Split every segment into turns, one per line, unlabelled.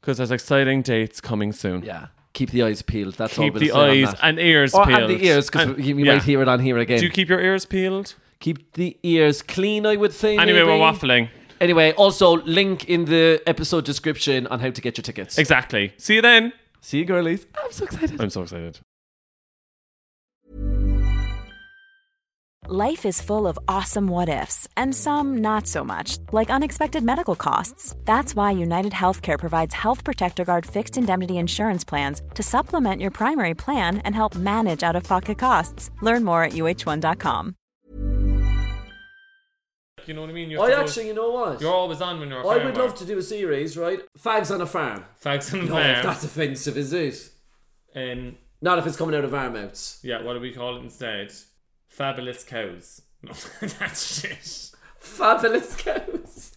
because there's exciting dates coming soon.
yeah, keep the eyes peeled. That's all
Keep
we'll
the
say on
eyes
that.
and ears
or
peeled.
and the ears because
And-
you, you
yeah.
might hear it on here again.
Do you keep your ears peeled?
keep the ears clean, I would say.
Anyway,
maybe.
we're waffling.
Anyway, also link in the episode description on how to get your tickets.
Exactly. See you then.
See you, girlies. I'm so excited.
I'm so excited.
Life is full of awesome what ifs, and some not so much, like unexpected medical costs. That's why United Healthcare provides Health Protector Guard fixed indemnity insurance plans to supplement your primary plan and help manage out of pocket costs. Learn more at uh1.com.
You know what I mean? You're
I
always-
actually, you know what?
You're always on when you're. a
I would
firework.
love to do a series, right? Fags on a farm.
Fags and
No,
Fair.
that's offensive, is it?
Um,
Not if it's coming out of our mouths.
yeah. What do we call it instead? Fabulous cows. No, that's shit.
Fabulous cows.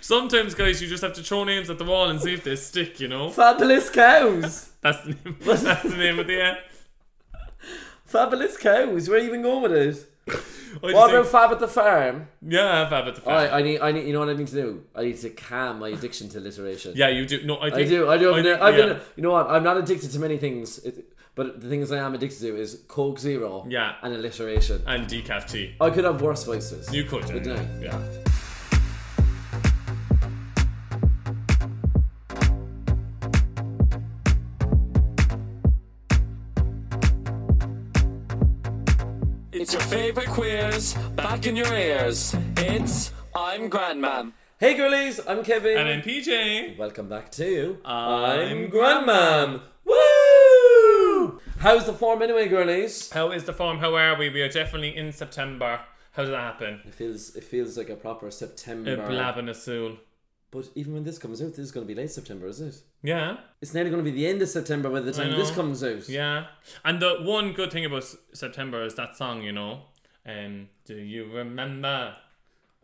Sometimes, guys, you just have to throw names at the wall and see if they stick. You know.
Fabulous cows.
That's the name. That's the name of the app.
Fabulous cows. Where are you even going with it?
I just
What
think-
about Fab at the farm?
yeah, Fab at the fair.
Alright, I need, I need, you know what I need to do? I need to calm my addiction to alliteration.
Yeah, you do. No, I,
I
think,
do. I do. I've, been,
think-
I've been-
yeah.
You know what? I'm not addicted to many things, it, but the things I am addicted to is Coke Zero.
Yeah.
And alliteration.
And decaf tea.
I could have worse vices.
You could.
But
yeah.
no.
yeah.
It's your favorite queers back in your ears. It's I'm Grandman.
Hey, girlies. I'm Kevin.
And then PJ.
Welcome back to
I'm
Grandmam. Woo! How's the form anyway, girlies?
How is the form? How are we? We are definitely in September. How did that happen?
It feels it feels like a proper September.
Uh, Blabbing us soon.
But even when this comes out, this is going to be late September, is it?
Yeah.
It's nearly going to be the end of September by the time this
know.
comes out.
Yeah, and the one good thing about S- September is that song, you know. Um, do you remember?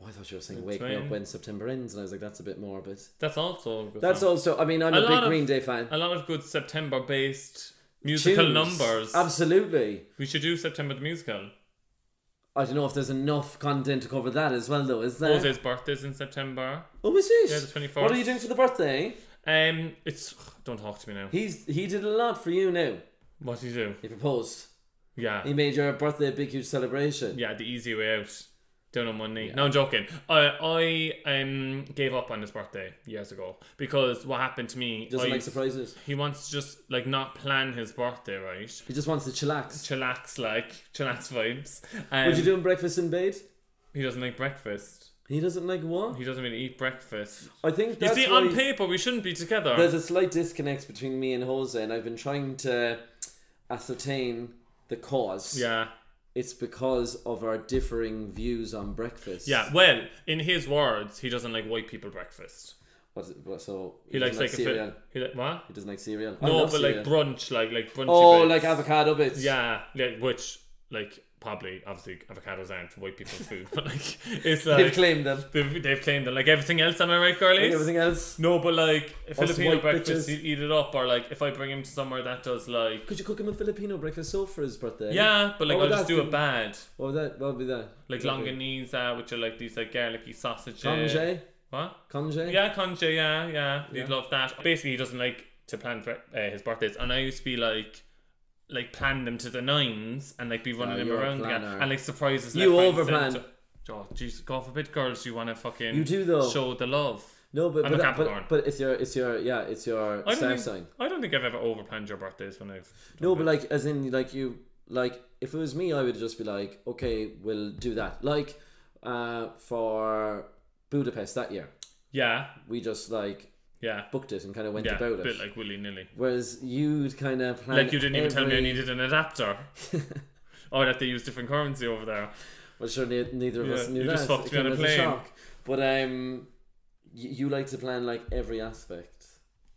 Oh, I thought you were saying "Wake Me Up
when-
When September Ends," and I was like, "That's a bit morbid."
That's also a good
That's
song.
also. I mean, I'm a, big
lot of-
Green Day fan.
A lot of good September-based musical
Tunes.
numbers.
Absolutely.
We should do September the musical.
I don't know if there's enough content to cover that as well, though. Is there?
Jose's birthday's in September.
Oh, is it?
Yeah, the 24th.
What are you doing for the birthday?
Um, it's don't talk to me now.
He's he did a lot for you. Now
What do you do?
he proposed.
Yeah,
He made your birthday a big huge celebration.
yeah, the easy way out. Down on one knee. No, I'm joking. I I um gave up on his birthday years ago because what happened to me.
Doesn't
I-
like surprises.
He wants to just like not plan his birthday, right?
He just wants to chillax.
Chillax like chillax vibes. Um,
What you doing breakfast in bed?
He doesn't like breakfast.
He doesn't like what?
He doesn't really eat breakfast.
I think
You
that's
see,
why
on paper we shouldn't be together.
there's a slight disconnect between me and Jose, and I've been trying to ascertain the cause.
yeah,
It's because of our differing views on breakfast.
yeah. Well, in his words, he doesn't like white people breakfast.
What's it, what- so
He likes like a
cereal.
fi- he like what?
He doesn't like cereal. I
No,
love
but
cereal.
like brunch, like like brunch.
oh, like avocado bits.
Yeah, like which like probably obviously avocados aren't white people's food, but like it's like
They've claimed them.
they've, they've claimed them. Like everything else, am I right, girlies?
Like everything else.
No, but like a
Us
Filipino
white
breakfast,
bitches.
he'd eat it up. Or like if I bring him to somewhere that does like
Could you cook him a Filipino breakfast so for his birthday?
yeah, but like
What
I'll
would
just
that
do
be?
it bad,
What would that? What would be that?
like longaniza, which are like these like garlicky sausages.
Congé.
What?
Congé.
uh, Yeah, conje. Yeah, yeah. He'd love that. Basically, he doesn't like to plan bre- uh, his birthdays, and I used to be like. Like plan them to the nines and like be running them
you're a
around again
planner.
and like surprises.
You
left, right,
overplan.
centre. Oh, jeez, God forbid, girls, you want to fucking
You do, though.
show the love.
No, but
I'm
but, that-
a Capricorn.
but but it's your it's your yeah it's your
I don't,
star
think,
sign.
I don't think I've ever overplanned your birthdays when I've.
No, but like as in like you like if it was me, I would just be like, okay, we'll do that. Like uh, for Budapest that year.
Yeah,
We just like
yeah,
booked it and kind of went
yeah.
about
a
it.
bit like willy nilly.
Whereas you'd kind of plan
Like you didn't even tell me I
every-
needed an adapter. or that they use different currency over there.
Well, sure, ne- neither of us
Yeah,
knew
you
that.
just
It
fucked me on
came
a
as
plane.
shock. But um, you, you like to plan like every aspect.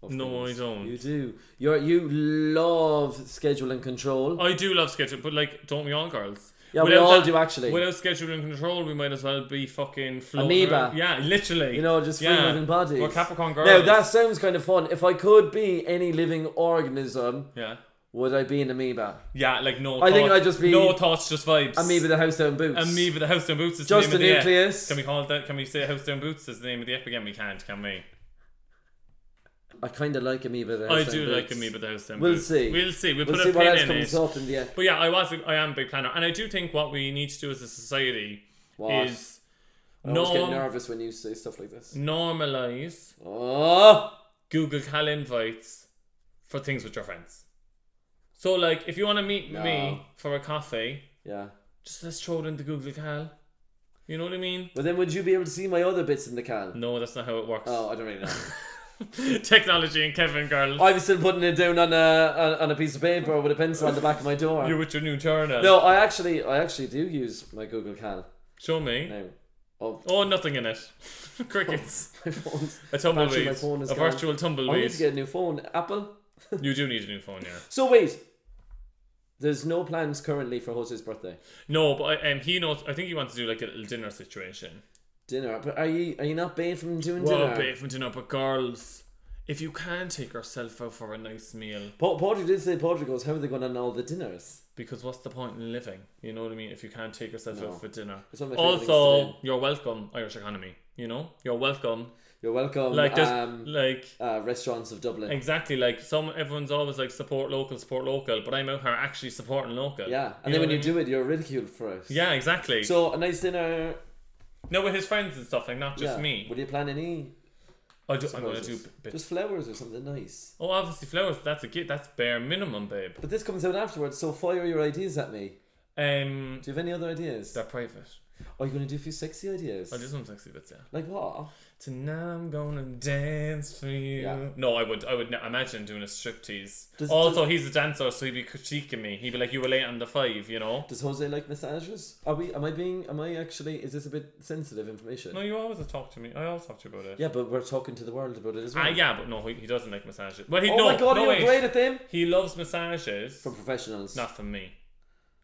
Of
No,
things.
I don't.
You do. You're you love schedule and control.
I do love schedule, but like, don't we all, girls?
Yeah, we all do, actually.
Without schedule and control, we might as well be fucking floating
Amoeba.
around. Yeah, literally.
you know, just free
yeah.
living bodies.
We're Capricorn girls.
Now that sounds kind of fun. If I could be any living organism,
Yeah.
would I be an amoeba?
Yeah, like no.
I think
thought-
I'd just be-
no thoughts, just vibes.
Amoeba the house down boots.
Amoeba, the house down boots is
Just
the,
a
name of the
nucleus.
Can we call it that? Can we say house down boots is the name of the app again? We can't, can we?
I kind of like amoeba. The house
I
down
do
boots.
like Amoeba, the house down
We'll
boots.
see.
We'll see. We'll,
We'll
put
see
a
what
pin
else
in
comes
it.
up in the end.
But yeah, I was. I am a big planner, and I do think what we need to do as a society
What?
is
I always get
norm-
nervous when you say stuff like this.
normalize
Oh.
Google Cal invites for things with your friends. So, like, if you want to meet me
No.
for a coffee,
Yeah.
just let's throw it into Google Cal. You know what I mean?
But then would you be able to see my other bits in the can?
No, that's not how it works.
Oh, I don't really know.
Technology and Kevin girls.
I was still putting it down on a on, on a piece of paper with a pencil on the back of my door.
you with your new journal.
no, I actually I actually do use my Google Cal
Show me.
now. Oh,
Oh, nothing in it. Crickets.
my phone's
A
battery
tumbleweed.
in my phone is
a
gone.
virtual
I
tumbleweed.
need to get a new phone. Apple.
You do need a new phone, yeah.
So wait, there's no plans currently for Jose's birthday
No, but I- um, he knows. I think he wants to do like a little dinner situation.
dinner. But are you are you not banned from doing
Well,
dinner?
babe, from dinner, but girls, if you can take yourself out for a nice meal,
Pa- Padraig did say Padraig goes. How are they going on all the dinners?
because what's the point in living? You know what I mean? If you can't take yourself out for dinner.
It's one of my favourite things
Also,
to
you're welcome, Irish economy. You know, you're welcome.
You're welcome.
Like, there's
um,
like
uh, restaurants of Dublin.
exactly like some. Everyone's always like support local, support local, but I'm out here actually supporting local.
Yeah, and
know
then when
what
you
I
do it, you're ridiculed for it.
mean? yeah, exactly. So
So a nice dinner.
no, with his friends and stuff, like not just
yeah.
me.
Would you plan any?
I do, I'm gonna do.
roses?
Bit.
just flowers or something nice.
oh, obviously flowers. That's a gift. That's bare minimum, babe.
But this comes out afterwards, so fire your ideas at me.
Um,
Do you have any other ideas?
they're private. Oh,
Are you going to do a few sexy ideas?
I do some sexy bits, yeah.
Like what?
Tonight I'm gonna dance for you.
Yeah.
No, I would, I would ne- imagine doing a striptease.
Does-
also, he's a dancer, so he'd be critiquing me. He'd be like, "You were late on the five, you know."
Does Jose like massages? Are we? Am I being? Am I actually? Is this a bit sensitive information?
No, you always talk to me. I always talk to you about it.
Yeah, but we're talking to the world about it as well.
Ah, yeah, but no, he, he doesn't like massages. Well, he
Oh
no,
my god,
no,
you're
wait.
great at them.
He loves massages,
From professionals.
not from me.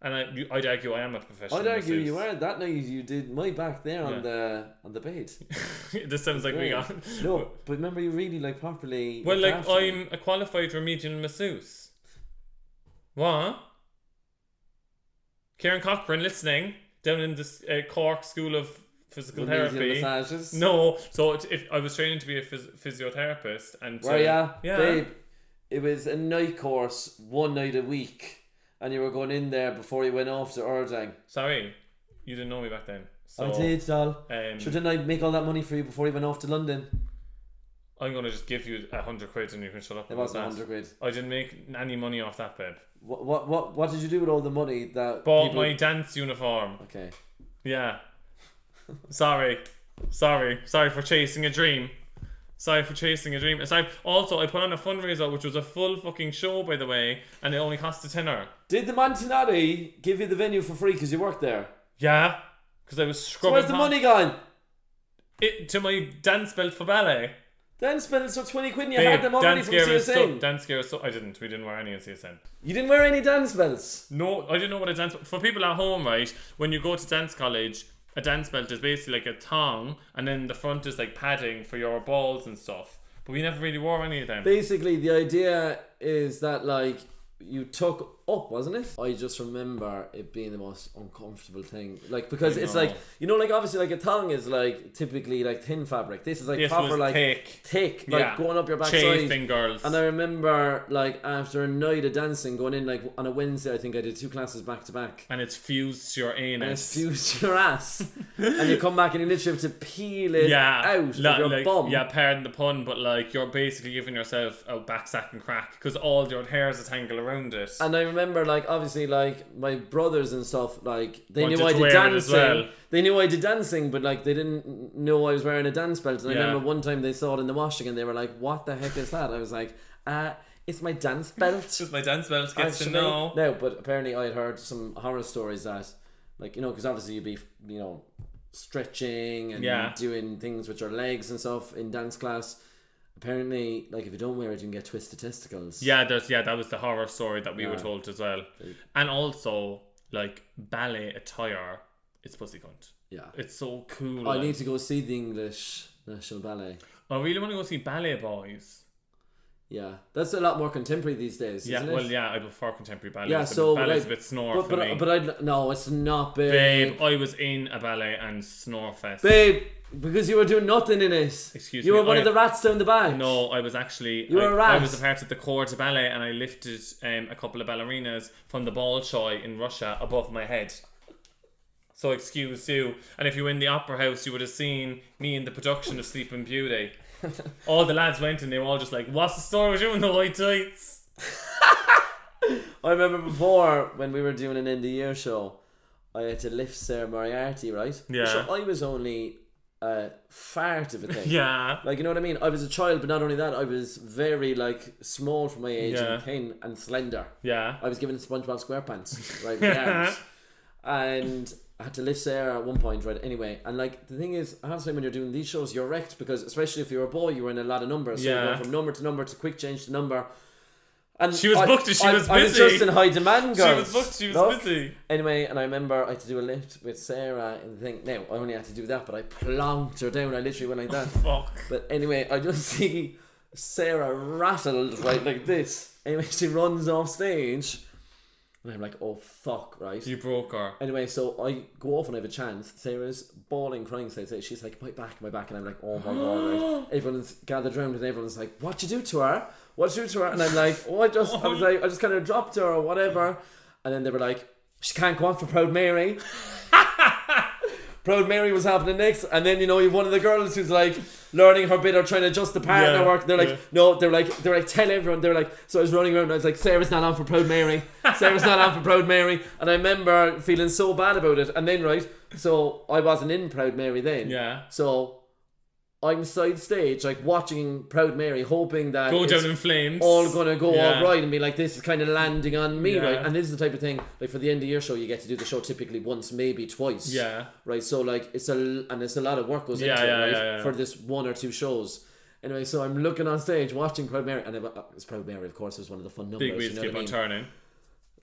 And I, you, I'd argue I am a professional.
I'd argue
masseuse.
you are that night you did my back there on
Yeah.
the on the bed.
this sounds like we
Yeah.
got.
no, but remember you really like properly.
Well,
looked
like
after them.
I'm a qualified remedial masseuse. What? Karen Cochran listening down in this uh, Cork School of Physical
Remedial
Therapy.
massages?
No, so it, if I was training to be a phys- physiotherapist and to,
Were ya?
yeah,
Babe, it was a night course, one night a week, and you were going in there before you went off to Erdang.
sorry, you didn't know me back then. So
I did, doll.
um,
sure, didn't I make all that money for you before you went off to London?
I'm gonna just give you a hundred quid and you can shut up.
It
about
wasn't 100
that.
quid.
I didn't make any money off that, babe.
What, what, what, what did you do with all the money that.
Bought
people-
my dance uniform.
Okay.
Yeah. Sorry. Sorry. Sorry for chasing a dream. Sorry for chasing a dream. And sorry. Also, I put on a fundraiser, which was a full fucking show, by the way, and it only cost a tenner.
Did the Montanari give you the venue for free because you worked there?
Yeah. Because I was
So
scrubbing.
where's the
hot-
money gone?
It, to my dance belt for ballet.
Then spent so 20 quid and you
Babe,
had them already
dance
from
gear is so.
CSN.
Dance gear is so. I didn't. We didn't wear any in CSN.
you didn't wear any dance belts.
No, I didn't know what a dance for people at home, right? When you go to dance college, a dance belt is basically like a thong, and then the front is like padding for your balls and stuff. But we never really wore any of them.
Basically, the idea is that, like, you took up, wasn't it? I just remember it being the most uncomfortable thing. Like, because it's
know.
like, you know, like, obviously, like, a tongue is, like, typically, like, thin fabric. This is, like,
This
proper,
was
like,
thick.
thick, like, going up your backside.
Chafing girls.
And I remember, like, after a night of dancing, going in, like, on a Wednesday, I think I did two classes back to back.
and it's fused to your
and
anus.
it's fused your ass, and you come back and you literally have to peel it
yeah,
out
li-
of your
like,
bum.
Yeah, pardon the pun, but like you're basically giving yourself a back sack and crack because all your hairs are tangled around it.
And I remember, like obviously, like my brothers and stuff, like they
Wanted
knew I
to
did
wear it as
dancing.
well.
They knew I did dancing, but like they didn't know I was wearing a dance belt. And
Yeah.
I remember one time they saw it in the washing, and they were like, "What the heck is that?" I was like, "Uh, it's my dance belt."
Just my dance belt gets to
Actually,
know.
No, but apparently I had heard some horror stories that, like you know, because obviously you'd be you know stretching and
Yeah.
doing things with your legs and stuff in dance class. Apparently, like if you don't wear it, you can get twisted testicles.
Yeah, there's yeah, that was the horror story that we were told as well. And also, like ballet attire, it's pussy cunt.
yeah.
It's so cool.
I
like-
need to go see the English National Ballet.
I really want to go see Ballet Boys.
Yeah, that's a lot more contemporary these days.
Yeah,
isn't it?
well, yeah, I prefer contemporary ballet.
yeah.
so
So
ballet's
like-
a bit snore
but,
for
but,
me.
but I no, it's not babe.
Babe, I was in a ballet and snore fest.
Babe, because you were doing nothing in it.
Excuse
you
me,
were one
I-
of the rats down the back.
No, I was actually
You
I,
were a rat.
I was a part of the corps de ballet and I lifted um, a couple of ballerinas from the Bolshoi in Russia above my head. So excuse you. And if you were in the opera house, you would have seen me in the production of Sleeping Beauty. all the lads went and they were all just like, "What's the story with you in the white tights?"
I remember before when we were doing an end of year show, I had to lift Sarah Moriarty, right?
Yeah.
So I was only a fart of a thing.
Yeah,
Like you know what I mean? I was a child, but not only that, I was very like small for my age
Yeah.
and thin and slender.
yeah.
I was given SpongeBob SquarePants, right? with the arms. and I had to lift Sarah at one point, right? Anyway, and like the thing is, I have to say, when you're doing these shows, you're wrecked because, especially if you're a boy, you're in a lot of numbers. So
Yeah.
you're going from number to number to quick change to number. And
She was
I-
booked and she
I-
was
I was
busy.
just in high demand,
She
girls.
was booked. She was
Look.
busy.
Anyway, and I remember I had to do a lift with Sarah and the thing. Now, I only had to do that, but I plonked her down. I literally went like that.
Fuck.
But anyway, I just see Sarah rattled right like this. Anyway, she runs off stage, and I'm like, "Oh fuck!" Right.
You broke her.
Anyway, so I go off and I have a chance. Sarah's bawling, crying. So so she's like, "My back, my back," and I'm like, "Oh my god!" Right? Everyone's gathered round, and everyone's like, "What you do to her? What you do to her?" And I'm like, "Oh, I just, I was like, I just kind of dropped her or whatever." And then they were like, "She can't go on for Proud Mary." Proud Mary was happening next, and then you know you've one of the girls who's like learning her bit or trying to adjust the partner
Yeah,
work. They're like,
yeah.
no, they're like, they're like, tell everyone. They're like, so I was running around. and I was like, Sarah's not on for Proud Mary. Sarah's not on for Proud Mary. And I remember feeling so bad about it. And then right, so I wasn't in Proud Mary then.
Yeah.
So I'm side stage, like watching Proud Mary, hoping that
Go
it's-
down in flames.
all gonna go
Yeah.
all right and be like, this is kind of landing on me,
Yeah.
right? And this is the type of thing like for the end of year show, you get to do the show typically once, maybe twice,
Yeah.
right? So like it's a l- and it's a lot of work goes
Yeah,
into
yeah,
it right?
yeah, yeah.
for this one or two shows. Anyway, so I'm looking on stage watching Proud Mary, and it wa- it's Proud Mary, of course, it was one of the fun numbers.
Big wheels
you know
keep
what I
on
mean?
turning.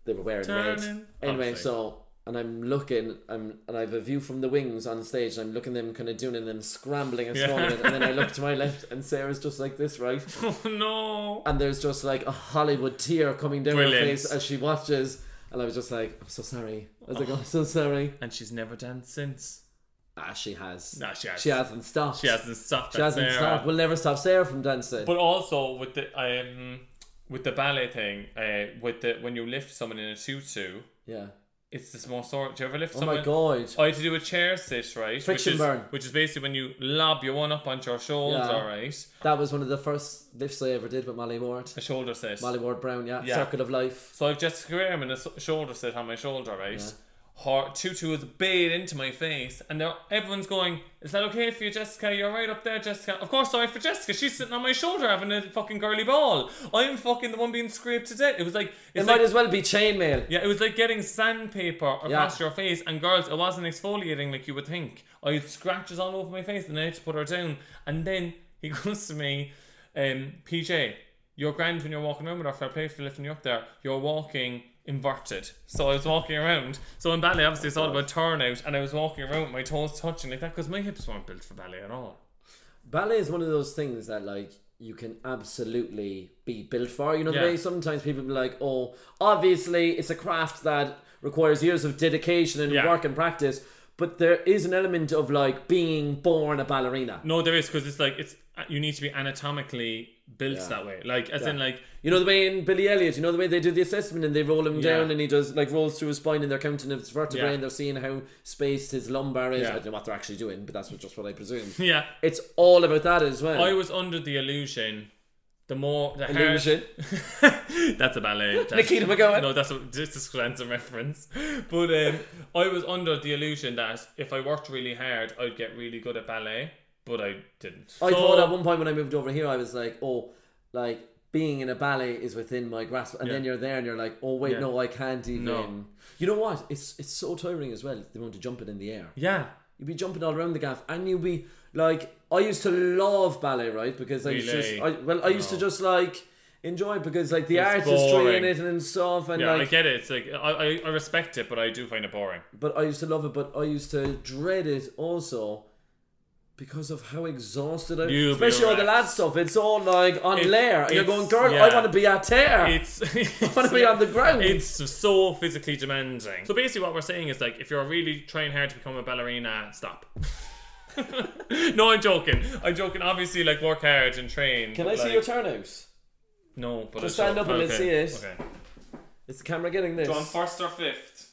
They were wearing red.
Turning.
Anyway,
Obviously.
so and I'm looking, I'm and I have a view from the wings on stage, and I'm looking them kind of doing it, and them scrambling and
Yeah.
smiling, and then I look to my left, and Sarah's just like this, right?
Oh no.
and there's just like a Hollywood tear coming down her
Brilliant.
face as she watches. And I was just like, I'm so sorry. I was like, I'm so sorry.
And she's never danced since.
Ah, she has.
Nah, she has.
She hasn't stopped.
She hasn't stopped.
She hasn't stopped. We'll never stop Sarah from dancing.
But also with the um, with the ballet thing, uh, with the when you lift someone in a tutu,
yeah.
it's this more sort. Do you ever lift
Oh
someone?
my god.
I had to do a chair sit, right?
Friction
which is,
burn.
Which is basically when you lob your one up onto your shoulder,
Yeah.
right?
That was one of the first lifts I ever did with Molly Ward.
A shoulder sit.
Molly Ward Brown, yeah.
Yeah.
Circle of Life.
So I've Jessica Graham in a s- shoulder sit on my shoulder, right? Her tutu is bathed into my face, and they're, everyone's going, "Is that okay for you, Jessica? You're right up there, Jessica." Of course, sorry for Jessica. She's sitting on my shoulder having a fucking girly ball. I'm fucking the one being scraped to death. It was like
It
it's
might
like,
as well be chainmail.
yeah, it was like getting sandpaper across
Yeah.
your face. And girls, it wasn't exfoliating like you would think. I had scratches all over my face, and I had to put her down. And then he goes to me, um, PJ, you're grand when you're walking around with her. Fair play for lifting you up there. You're walking inverted. So I was walking around. So in ballet, obviously, it's all about turnout, and I was walking around with my toes touching like that because my hips weren't built for ballet at all.
ballet is one of those things that like you can absolutely be built for. You know the
Yeah.
way sometimes people be like, "Oh, obviously it's a craft that requires years of dedication and
Yeah.
work and practice." But there is an element of like being born a ballerina.
No, there is because it's like it's you need to be anatomically built that way. Like as in like
You know the way in Billy Elliot, you know the way they do the assessment and they roll him
Yeah.
down and he does like rolls through his spine and they're counting his vertebrae
Yeah.
and they're seeing how spaced his lumbar is.
Yeah.
I don't know what they're actually doing, but that's what, just what I presume.
yeah.
It's all about that as well.
I was under the illusion the more the harder.
Illusion.
that's a ballet. That's,
Nikita McGowan.
No, that's a just a Scranton reference. But um, I was under the illusion that if I worked really hard, I'd get really good at ballet, but I didn't.
I
So-
thought at one point when I moved over here, I was like, oh, like being in a ballet is within my grasp. And then
Yeah.
you're there and you're like, oh, wait,
Yeah.
no, I can't even.
No.
You know what? It's it's so tiring as well. They want to jump it in the air.
Yeah.
You'd be jumping all around the gaff and you'd be like, I used to love ballet, right? Because I used to just, I,
Really?
well, I used to
No.
just like enjoy it because like the
It's
artistry in
boring.
it and stuff. And
Yeah,
like,
I get it. It's like I, I, I respect it, but I do find it boring.
but I used to love it, but I used to dread it also because of how exhausted I
You'll be
Especially all the
right.
lad stuff. It's all like on
It's-
layer. And you're going,
it's-
girl, I
yeah.
want to be at tear.
It's, it's
wanna be on the ground.
It's so physically demanding. So basically, what we're saying is like, if you're really trying hard to become a ballerina, stop. no, I'm joking. I'm joking. Obviously, like work hard and train.
Can
but,
I see
like-
your turnout?
No, but
Just
I
stand
joke.
up and let's
Okay,
see it.
Okay.
Is the camera getting this?
John, first or fifth?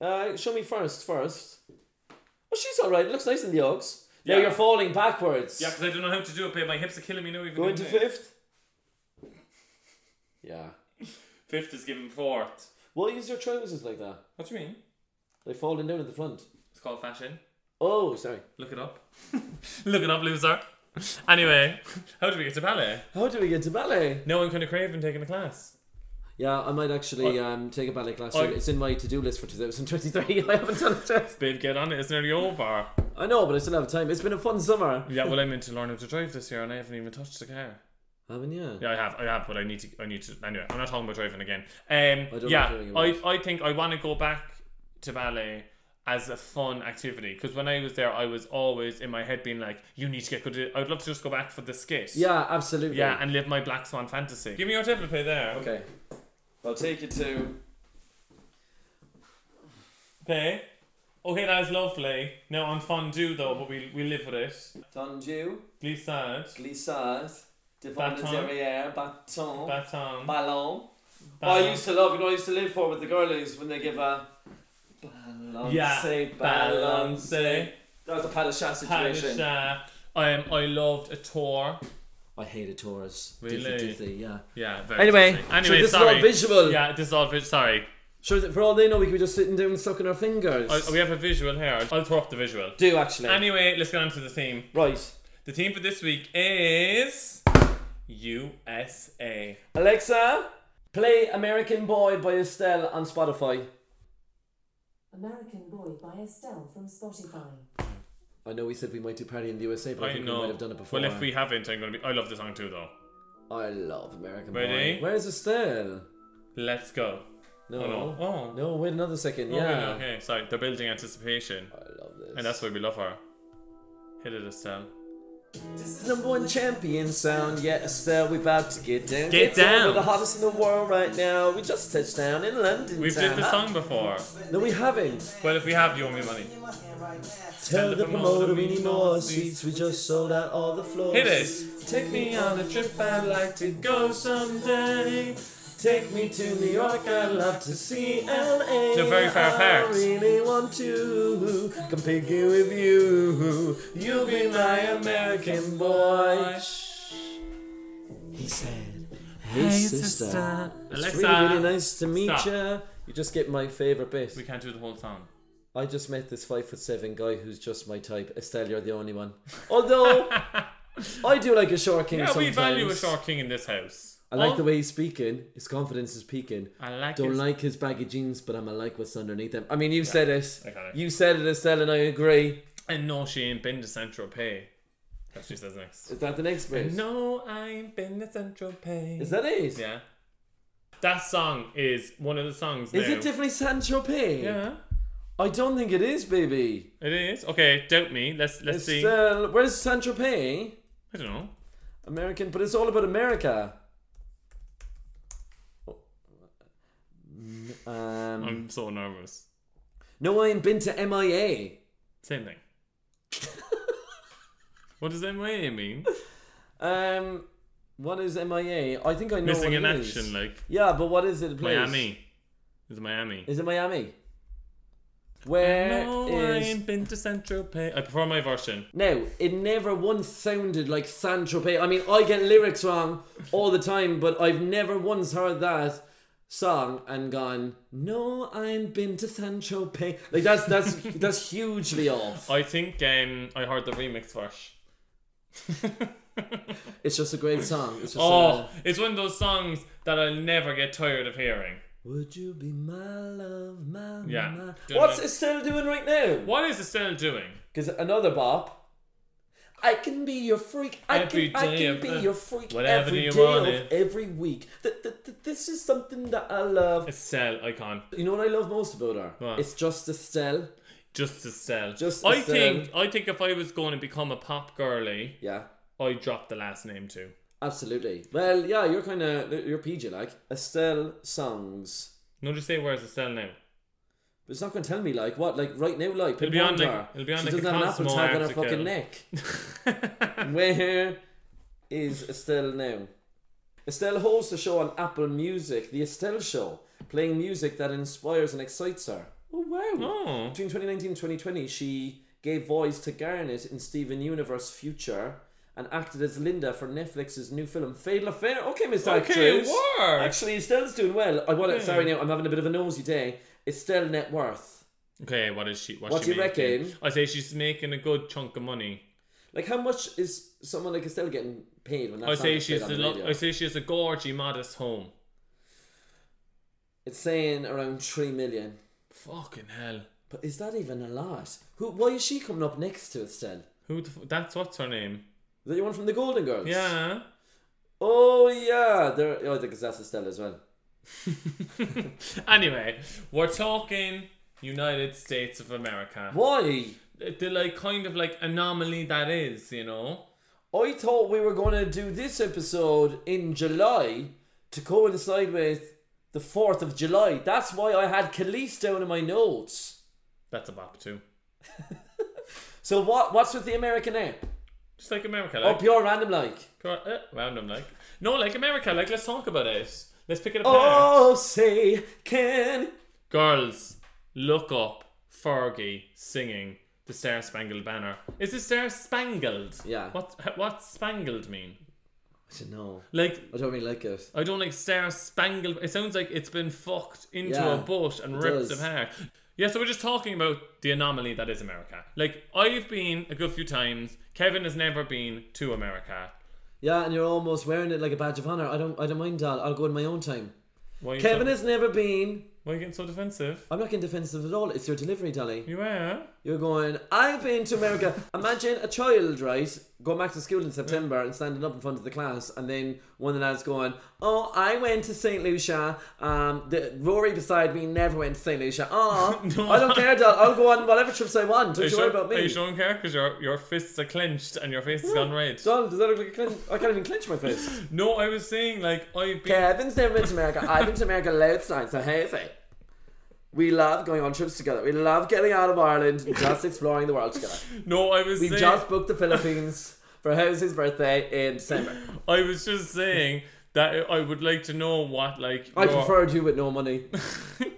Uh, show me first, first. Well, she's all right. It looks nice in the Uggs. Yeah,
Yeah.
you're falling backwards.
Yeah, because I don't know how to do it, babe. My hips are killing me now. Even
Going to
doing it.
fifth. Yeah.
Fifth is given fourth.
Why is your trousers like that?
What do you mean?
They falling down at the front.
It's called fashion.
Oh, sorry.
Look it up. Look it up, loser. Anyway, how do we get to ballet?
How do we get to ballet?
No one kind of craving taking a class.
Yeah, I might actually um, take a ballet class.
I-
it's in my to-do list for 2023. I haven't done it yet.
Babe, get on it. It's nearly over.
I know, but I still have time. It's been a fun summer,
Yeah, well, I'm meant to learn how to drive this year, and I haven't even touched the car.
haven't you?
Yeah, I have, I have, but I need to, I need to. Anyway, I'm not talking about driving again. Um,
I don't like
yeah,
driving
I,
about.
I think I want to go back to ballet as a fun activity because when I was there, I was always in my head being like, "You need to get good." at-" I would love to just go back for the skit.
Yeah, absolutely.
yeah, and live my Black Swan fantasy. Give me your table play there.
okay. I'll take you to.
Okay. Okay, Oh, that is lovely. Now on fondue though, but we we live with it.
Tondu,
Glissade,
glissade, devant
Baton.
le derrière, baton,
baton.
ballon. Oh,
Ballon.
I used to love, you know, I used to live for with the girlies when they give a. Balance,
Yeah,
balance.
balance.
That was a paddle shot situation.
Paddle Um, I loved a tour.
I hated tours.
Really?
Dizzy, dizzy, yeah.
Yeah. Very
Anyway,
touching.
so
anyway,
this is all
sorry.
visual.
Yeah, this is all visual. Sorry,
Sure, that for all they know, we could be just sitting down and sucking our fingers.
I, we have a visual here. I'll throw up the visual.
do actually.
Anyway, let's get on to the theme.
right.
The theme for this week is USA.
Alexa, play American Boy by Estelle on Spotify.
American Boy by Estelle from Spotify.
I know we said we might do Party in the USA, but I,
I
think
know.
we might have done it before.
Well, if we haven't, I'm gonna be. I love the song too, though.
I love American
Ready?
Boy. Where's Estelle?
Let's go.
No.
Oh, no. Oh.
No, wait another second.
Oh,
yeah.
really? Okay. Sorry, they're building anticipation,
I love this.
and that's why we love her. Hit it, Estelle.
Number one champion sound, yeah, Estelle, we about to get down.
Get down.
We're the hottest in the world right now. We just touched down in London.
We've did
town.
this song before.
No, we haven't.
Well, if we have, you owe me money.
Tell the promoter we need more seats. We just sold out all the floors.
Hit it. Take me on a trip I'd like to go someday.
Take me to New York, I'd love to see LA.
They're very far
I
apart.
really want to come pick you with you. You'll be my American boy. He said, Hey, sister. It's
Alexa.
really, really nice to meet
stop.
you. You just get my favorite bit.
We can't do the whole song.
I just met this five foot seven guy who's just my type. Estelle, you're the only one. Although I do like a short king.
Yeah, we
sometimes.
value a short king in this house.
I like
Oh,
the way he's speaking. His confidence is peaking.
I like
Don't
his-
like his baggy jeans, but I'm like what's underneath them. I mean, you said it.
I got it.
You said it, Estelle, and I agree.
And no, she ain't been to Central Pay. That's what she says next.
Is that the next bit?
No, I ain't been to Central Pay.
Is that it?
Yeah. That song is one of the songs.
Is
now.
it definitely San Tropez?
Yeah,
I don't think it is, baby.
it is. Okay, doubt me. Let's let's see.
Estelle, where's San Tropez?
I don't know.
American, but it's all about America. Oh, Um,
I'm so nervous.
no, I ain't been to MIA.
Same thing. what does MIA mean?
Um, what is MIA? I think I know
Missing
what
in
it is.
action, like
Yeah, but what is it? Place?
Miami. Is it Miami?
Is it Miami? Where
No, I
is-
ain't been to Central Pay. I prefer my version.
Now, it never once sounded like San Tropez. I mean, I get lyrics wrong all the time, but I've never once heard that song and gone, No, I've been to San Tropez. Like that's that's that's hugely off.
I think um, I heard the remix first.
It's just a great song. It's just
Oh,
a,
it's one of those songs that I'll never get tired of hearing.
Would you be my love, my
Yeah.
my-
Don't
What's
know.
it still doing right now?
What is it still doing?
Because another bop. I can be your freak. I
Every
can, I
day
can
of
be
the-
your freak
Whatever
every
you
day
want
of
it.
every week. Th- th- th- this is something that I love.
Estelle, I can't.
You know what I love most about her?
What?
It's just Estelle.
Just Estelle.
Just
I
Estelle.
think I think if I was going to become a pop girly,
Yeah,
I'd drop the last name too.
absolutely. Well, yeah, you're kind of you're PJ like Estelle songs.
No, just say where's Estelle now.
But it's not going to tell me like what like right now like
It'll be on,
pinpoint
like-
her.
it'll be on,
she
like, a
doesn't have an
Cosmo
apple tag on her
article.
fucking neck. Where is Estelle now? Estelle hosts a show on Apple Music, The Estelle Show, playing music that inspires and excites her. Oh, wow.
Oh.
Between 2019 and 2020, she gave voice to Garnet in Steven Universe Future and acted as Linda for Netflix's new film, Fatal Affair. Okay, Miss
Okay,
Actress.
work.
Actually, Estelle's doing well. I want to, sorry now, I'm having a bit of a nosy day. Estelle Net Worth.
Okay, what is she? What,
What
she
do you
making?
reckon?
I say she's making a good chunk of money.
Like, how much is someone like Estelle getting paid when that
I
song
say
is played
she's
on
a
the
lo-
radio?
I say she has a gorgy, modest home.
It's saying around three million.
Fucking hell!
But is that even a lot? Who? Why is she coming up next to Estelle? Is
Who? The f- that's what's her name?
that your one from the Golden Girls?
Yeah.
Oh yeah, there. Oh, I think that's Estelle as well.
anyway, we're talking United States of America.
Why?
The like kind of like anomaly that is, you know.
I thought we were going to do this episode in July to coincide with the Fourth of July. That's why I had Khalees down in my notes.
That's a bop too.
So what? What's with the American air?
Just like America,
Oh,
like
pure random like.
Cor- eh, random, like no, like America. Like let's talk about it. Let's pick it apart.
Oh, say can
Girls, look up Fergie singing the Star Spangled Banner. Is it Star Spangled?
Yeah.
What h- what spangled mean?
I don't know.
Like
I don't really like it.
I don't like Star Spangled. It sounds like it's been fucked into
Yeah,
a bush and
it
ripped
does.
apart. Yeah, so we're just talking about the anomaly that is America. Like I've been a good few times. Kevin has never been to America.
Yeah, and you're almost wearing it like a badge of honor. I don't, I don't mind that. I'll go in my own time.
Why are you
Kevin
so,
has never been.
Why are you getting so defensive?
I'm not getting defensive at all. It's your delivery, Dolly.
You are.
You're going. I've been to America. Imagine a child, right, going back to school in September and standing up in front of the class, and then one of the lads going, "Oh, I went to Saint Lucia. Um, the Rory beside me never went to Saint Lucia. Oh, I don't care, Dal. I'll go on whatever trips I want. Don't
Are
you,
you,
worry
sure-
about me."
Are you showing care? Because your your fists are clenched and your face has gone red.
Dal, does that look like a clench? I can't even clench my face.
No, I was saying like I've been.
Kevin's never been to America. I've been to America loads times. So hey, say. We love going on trips together. We love getting out of Ireland and just exploring the world together.
No, I was
We've
saying.
just booked the Philippines for Jose's birthday in December.
I was just saying that I would like to know what like.
I
your-
preferred you with no money.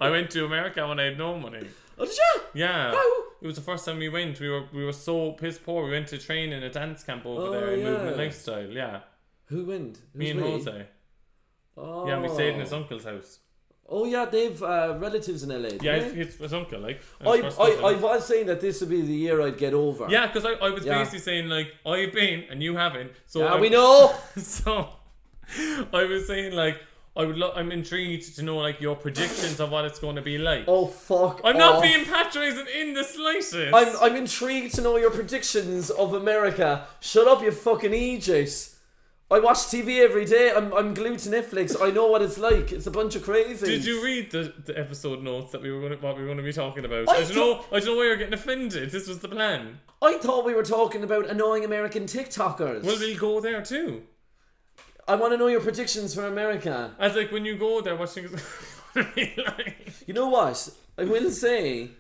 I went to America when I had no money.
Oh, did you?
Yeah.
Oh.
It was the first time we went. We were we were so piss poor. We went to train in a dance camp over
Oh,
there in
yeah.
Movement Lifestyle. Yeah.
Who went? Who's
Me and
we?
Jose.
Oh.
Yeah, we stayed in his uncle's house.
Oh yeah, they've uh, relatives in LA. don't
Yeah,
they?
his, his, his uncle like. and
I,
his first
I, I
cousin.
was saying that this would be the year I'd get over.
yeah, because I, I was
Yeah.
basically saying like I've been and you haven't. So
Yeah,
I'm-
we know.
so I was saying like I would. Lo- I'm intrigued to know like your predictions of what it's going to be like.
Oh fuck.
I'm not
off.
being patronising in the slightest.
I'm, I'm intrigued to know your predictions of America. Shut up, you fucking Aegis. I watch TV every day. I'm, I'm glued to Netflix. I know what it's like. It's a bunch of crazies.
Did you read the, the episode notes that we were going to, what we were going to be talking about?
I
I, don't know. I don't know why you're getting offended. This was the plan.
I thought we were talking about annoying American TikTokers.
Well, we'll go there too.
I want to know your predictions for America.
As like when you go there watching. like,
You know what? I will say,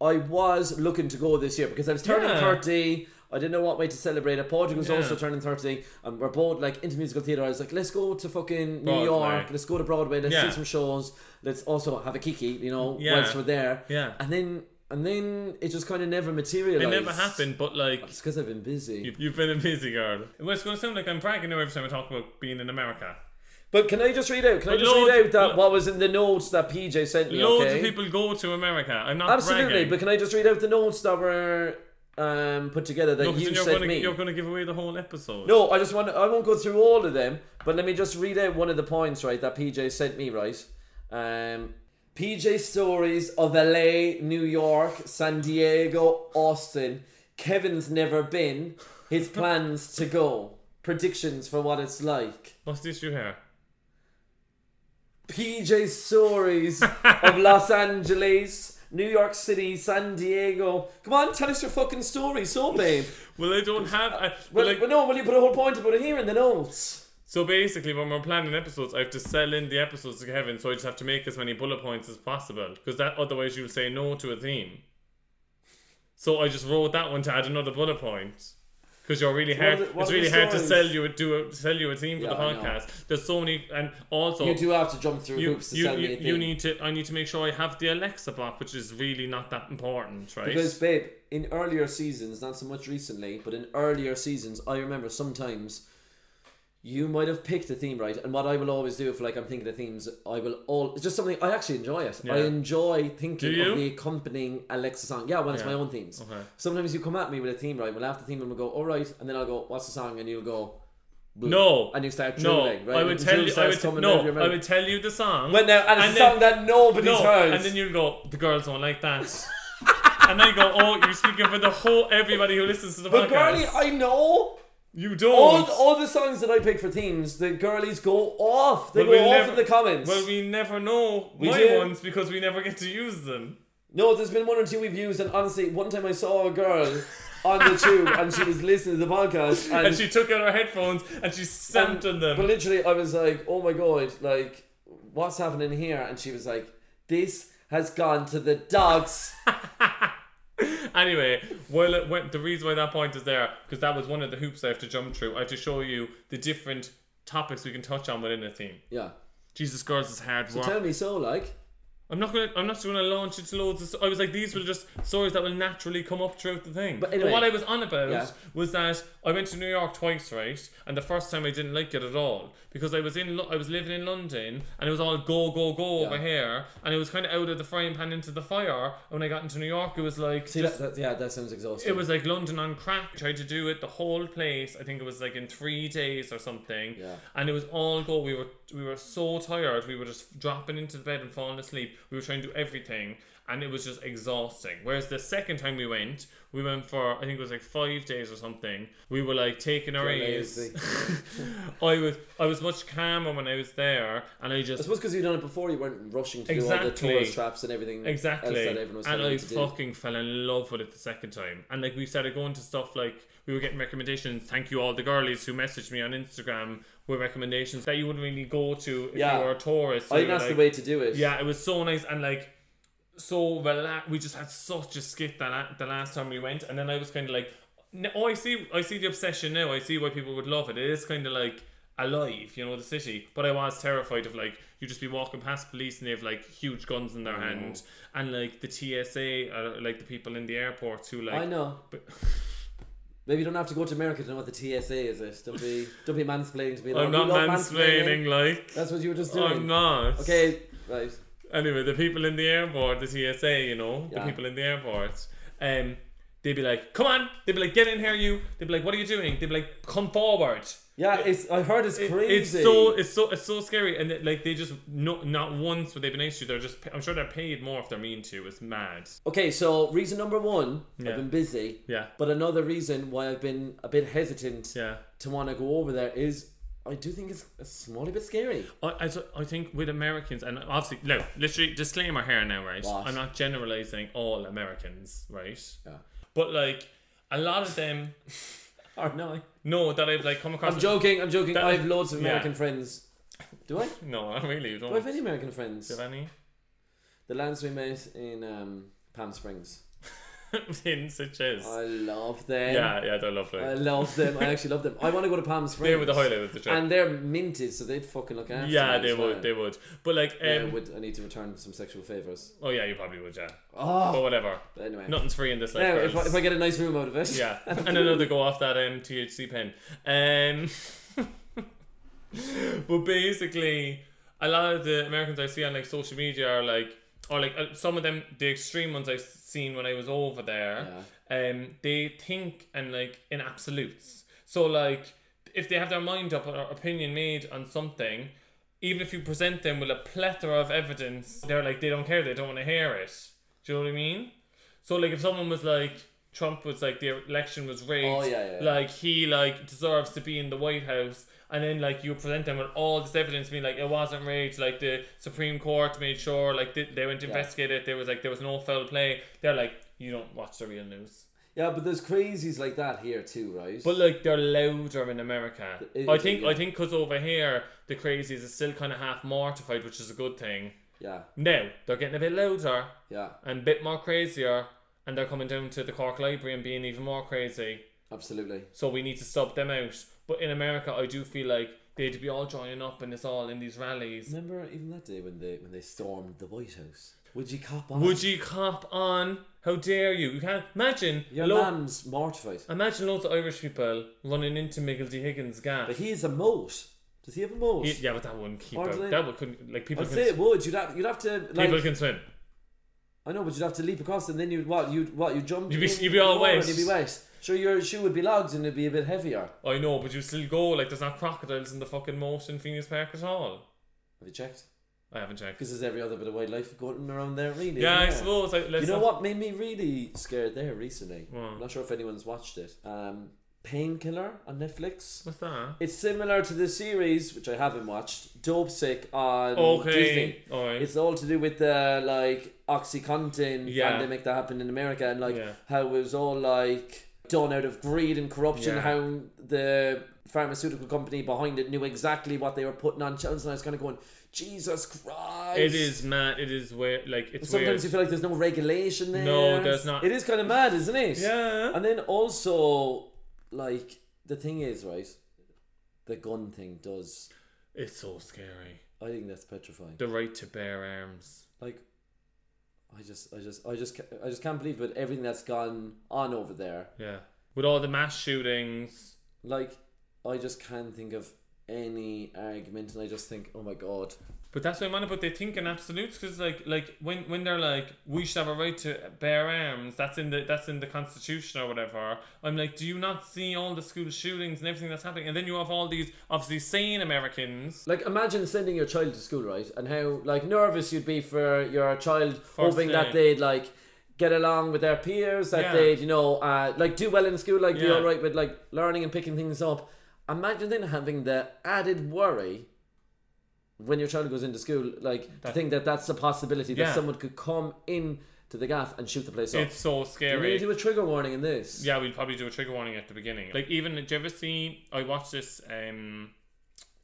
I was looking to go this year because I was turning
Yeah.
30. I didn't know what way to celebrate it. Patrick was
Yeah.
also turning 30, and we're both like into musical theatre. I was like, let's go to fucking New
Broadway.
York, let's go to Broadway, let's
Yeah.
see some shows, let's also have a kiki, you know,
Yeah.
whilst we're there.
Yeah.
And then and then it just kind of never materialized.
It never happened, but like
It's because I've been busy.
you've, you've been a busy girl. Well, it's going to sound like I'm bragging now every time I talk about being in America.
But can I just read out? Can I
But
just
loads-
read out that what was in the notes that PJ sent me?
Loads
okay?
of people go to America. I'm not
Absolutely,
bragging.
but can I just read out the notes that were um, put together that
No, 'cause
you
then you're
sent
gonna,
me?
You're going to give away the whole episode.
No, I just want. I won't go through all of them, but let me just read out one of the points right that PJ sent me. Right, um, PJ stories of LA, New York, San Diego, Austin. Kevin's never been. His plans to go. Predictions for what it's like.
What's the issue here?
PJ stories of Los Angeles, New York City, San Diego. Come on, tell us your fucking story, so babe.
Well, I don't have. I,
Well,
like,
but no, will you put a whole point about it here in the notes?
so basically, when we're planning episodes, I have to sell in the episodes to Kevin, so I just have to make as many bullet points as possible, because that otherwise you'll say no to a theme. So I just wrote that one to add another bullet point. Because you're really
what are
hard.
the- what
it's
are the
really hard to
stories?
sell you a do a, sell you a theme for
Yeah,
the
I know.
podcast. There's so many, and also
You do have to jump through
you,
hoops to
you,
sell
you,
me a
you
thing.
need to. I need to make sure I have the Alexa block, which is really not that important, right?
Because, babe, in earlier seasons, not so much recently, but in earlier seasons, I remember sometimes you might have picked a theme right. And what I will always do, if like I'm thinking of themes, I will all it's just something I actually enjoy it. I
Yeah.
enjoy thinking
Do you?
of the accompanying Alexa song. Yeah, when it's
Yeah.
my own themes.
Okay.
Sometimes you come at me with a theme right. We'll have the theme and we'll go, all right, and then I'll go, what's the song? And you'll go. "Blue."
No,
and you start
no.
drooling, right?
I would
And the
tell
drool
you. I
starts
would
coming out of your
no. I
mouth.
would tell you the song.
But now, and it's a
then-
song that nobody's
no,
heard.
and then you go. The girls won't like that. and I go. Oh, you're speaking for the whole everybody who listens to the
but girlie,
podcast.
I know
you don't.
all, all the songs that I pick for themes, the girlies go off. They
But
go
we'll
off
never-
in the comments.
Well, we never know
We
my
do.
ones because we never get to use them.
no, there's been one or two we've used, and honestly, one time I saw a girl on the tube and she was listening to the podcast, and,
And she took out her headphones and she stamped on them.
But literally, I was like, "Oh my god, like, what's happening here?" And she was like, "This has gone to the dogs."
Anyway, well, it went, the reason why that point is there because that was one of the hoops I have to jump through. I have to show you the different topics we can touch on within a theme.
yeah,
Jesus, girls is hard work.
tell me so, like.
I'm not gonna. I'm not gonna launch into loads. Of, st- I was like, these will just stories that will naturally come up throughout the thing. But,
anyway-
what I was on about
Yeah.
was that I went to New York twice, right? And the first time I didn't like it at all because I was in. Lo- I was living in London, and it was all go go go over here, and it was kind of out of the frying pan into the fire. And when I got into New York, it was like
See,
just-
that, that, yeah, that sounds exhausting.
it was like London on crack. Tried to do it the whole place. I think it was like in three days or something.
Yeah.
And it was all go. We were we were so tired. We were just dropping into the bed and falling asleep. We were trying to do everything, and it was just exhausting. Whereas the second time we went, we went for I think it was like five days or something. We were like taking our
You're
ease.
lazy.
I was I was much calmer when I was there, and I
I
just
suppose because you'd done it before, you weren't rushing to do all the
Exactly.
tourist traps and everything. Else
Exactly.
that everyone was
and
telling you
I
to do.
fucking fell in love with it the second time. And like we started going to stuff like we were getting recommendations. Thank you all the girlies who messaged me on Instagram with recommendations that you wouldn't really go to if
Yeah.
you were a tourist.
I
So
think
you were
that's the
like-
way to do it.
Yeah, it was so nice and like so relaxed. We just had such a skit that la- the last time we went, and then I was kind of like, "No, oh, I see, I see the obsession now. I see why people would love it. It is kind of like alive, you know, the city. But I was terrified of like you just be walking past police and they have like huge guns in their hand, and like the TSA, uh, like the people in the airports who like
I know.
But-
Maybe you don't have to go to America to know what the TSA is. It. Don't be, don't be mansplaining to me.
I'm
like, "Oh, "You
not
love
mansplaining, like
That's what you were just doing.
I'm not.
Okay, right.
anyway, the people in the airport, the TSA, you know,
Yeah.
the people in the airport, um, they'd be like, "Come on!" They'd be like, "Get in here, you!" They'd be like, "What are you doing?" They'd be like, "Come forward!"
Yeah, it's. I heard it's
It-
crazy.
it's so it's so it's so scary, and it- like they just no, not once would they be nice to you. They're just I'm sure they're paid more if they're mean to. you. It's mad.
Okay, so reason number one, I've
Yeah.
been busy.
Yeah.
But another reason why I've been a bit hesitant
Yeah.
to want to go over there is I do think it's a small bit scary.
I, I, th- I think with Americans, and obviously, no, literally, disclaimer here now, right?
What?
I'm not generalizing all Americans, right?
Yeah.
But like, a lot of them,
Or no, I-
no, that I've like come across.
I'm joking. I'm joking.
That-
I have loads of
yeah.
American friends. Do I?
No, I really don't.
Do I have any American friends?
Did any?
The lands we met in um, Palm Springs.
in stitches.
I love them.
yeah, yeah, they're lovely.
Oh, I love them. I actually love them. I want to go to Palm Springs.
they were the highlight of the trip.
And they're minted, so they'd fucking look after
yeah,
me
they
as well.
would, they would. But like, um,
Yeah, I would I need to return some sexual favors?
oh yeah, you probably would, yeah.
Oh,
But whatever,
but anyway.
nothing's free in this life.
Now, if I,
girls.
if I get a nice room out of it,
Yeah, and another go off that um, THC pen. Um, but basically, a lot of the Americans I see on like social media are like, or like uh, some of them, the extreme ones I've seen when I was over there. Um, they think and like in absolutes. So like, if they have their mind up or opinion made on something, even if you present them with a plethora of evidence, they're like they don't care. They don't want to hear it. Do you know what I mean? So like if someone was like Trump was like the election was rigged,
Oh, yeah, yeah, yeah.
like he like deserves to be in the White House, and then like you present them with all this evidence, being like it wasn't rigged, like the Supreme Court made sure, like they, they went to investigate it, there was like there was no foul play. They're like you don't watch the real news,
yeah, but there's crazies like that here too, right?
but like they're louder in America.
It-
I
it-
think
yeah.
I think because over here the crazies are still kind of half mortified, which is a good thing.
yeah,
Now they're getting a bit louder
yeah,
and a bit more crazier, and they're coming down to the Cork Library and being even more crazy.
absolutely.
So we need to stop them out. But in America, I do feel like they'd be all joining up and it's all in these rallies.
Remember even that day when they when they stormed the White House? Would you cop on?
Would you cop on? How dare you? You can't imagine.
Your
lo-
man's mortified.
imagine loads of Irish people running into Miggledy Higgins' gas.
But he is a moat. Does he have a moat?
He- yeah, but that wouldn't keep
Or
out.
do they-
That would couldn't like people.
I'd
Can,
say it would. You'd have you'd have to like.
people can swim.
I know, but you'd have to leap across, and then you'd what you'd what you'd jump.
You'd be-
in
you'd be all
the water and
wet.
You'd be wet. Sure, your shoe would be logged, and it'd be a bit heavier.
I know, but you still go. Like there's not crocodiles in the fucking moat in Phoenix Park at all.
Have you checked?
I haven't checked.
Because there's every other bit of wildlife going around there, really.
Yeah, I
isn't there?
suppose. Like, let's
You know
not-
what made me really scared there recently?
What?
I'm not sure if anyone's watched it. Um, Painkiller on Netflix.
What's that?
It's similar to the series which I haven't watched, Dope Sick on
Okay.
Disney.
All right.
It's all to do with the like OxyContin
Yeah.
pandemic that happened in America and like
Yeah.
how it was all like done out of greed and corruption.
Yeah.
How the pharmaceutical company behind it knew exactly what they were putting on shelves, and I was kind of going, Jesus Christ!
It is mad. It is weird. Like it's
Sometimes
weird.
you feel like there's no regulation there.
No, there's not.
It is kind of mad, isn't it?
Yeah.
And then also, like, the thing is, right? The gun thing does.
It's so scary.
I think that's petrifying.
The right to bear arms.
Like, I just, I just, I just, ca- I just can't believe it. Everything that's gone on over there.
Yeah. With all the mass shootings.
Like, I just can't think of any argument, and I just think, oh my god.
But that's what I'm on about. They think in absolutes because, like, like when when they're like, we should have a right to bear arms. That's in the that's in the constitution or whatever. I'm like, do you not see all the school shootings and everything that's happening? And then you have all these obviously sane Americans.
Like, imagine sending your child to school, right? And how, like, nervous you'd be for your child, hoping that
day.
they'd, like, get along with their peers, that
Yeah.
they'd, you know, uh, like, do well in school, like, be
Yeah.
all right with, like, learning and picking things up. Imagine then having the added worry when your child goes into school, like, to think that that's a possibility
Yeah.
that someone could come in to the gaff and shoot the place up.
It's so
We need
scary.
to do a trigger warning in this.
Yeah, we'd probably do a trigger warning at the beginning. Like even did you ever see I watched this um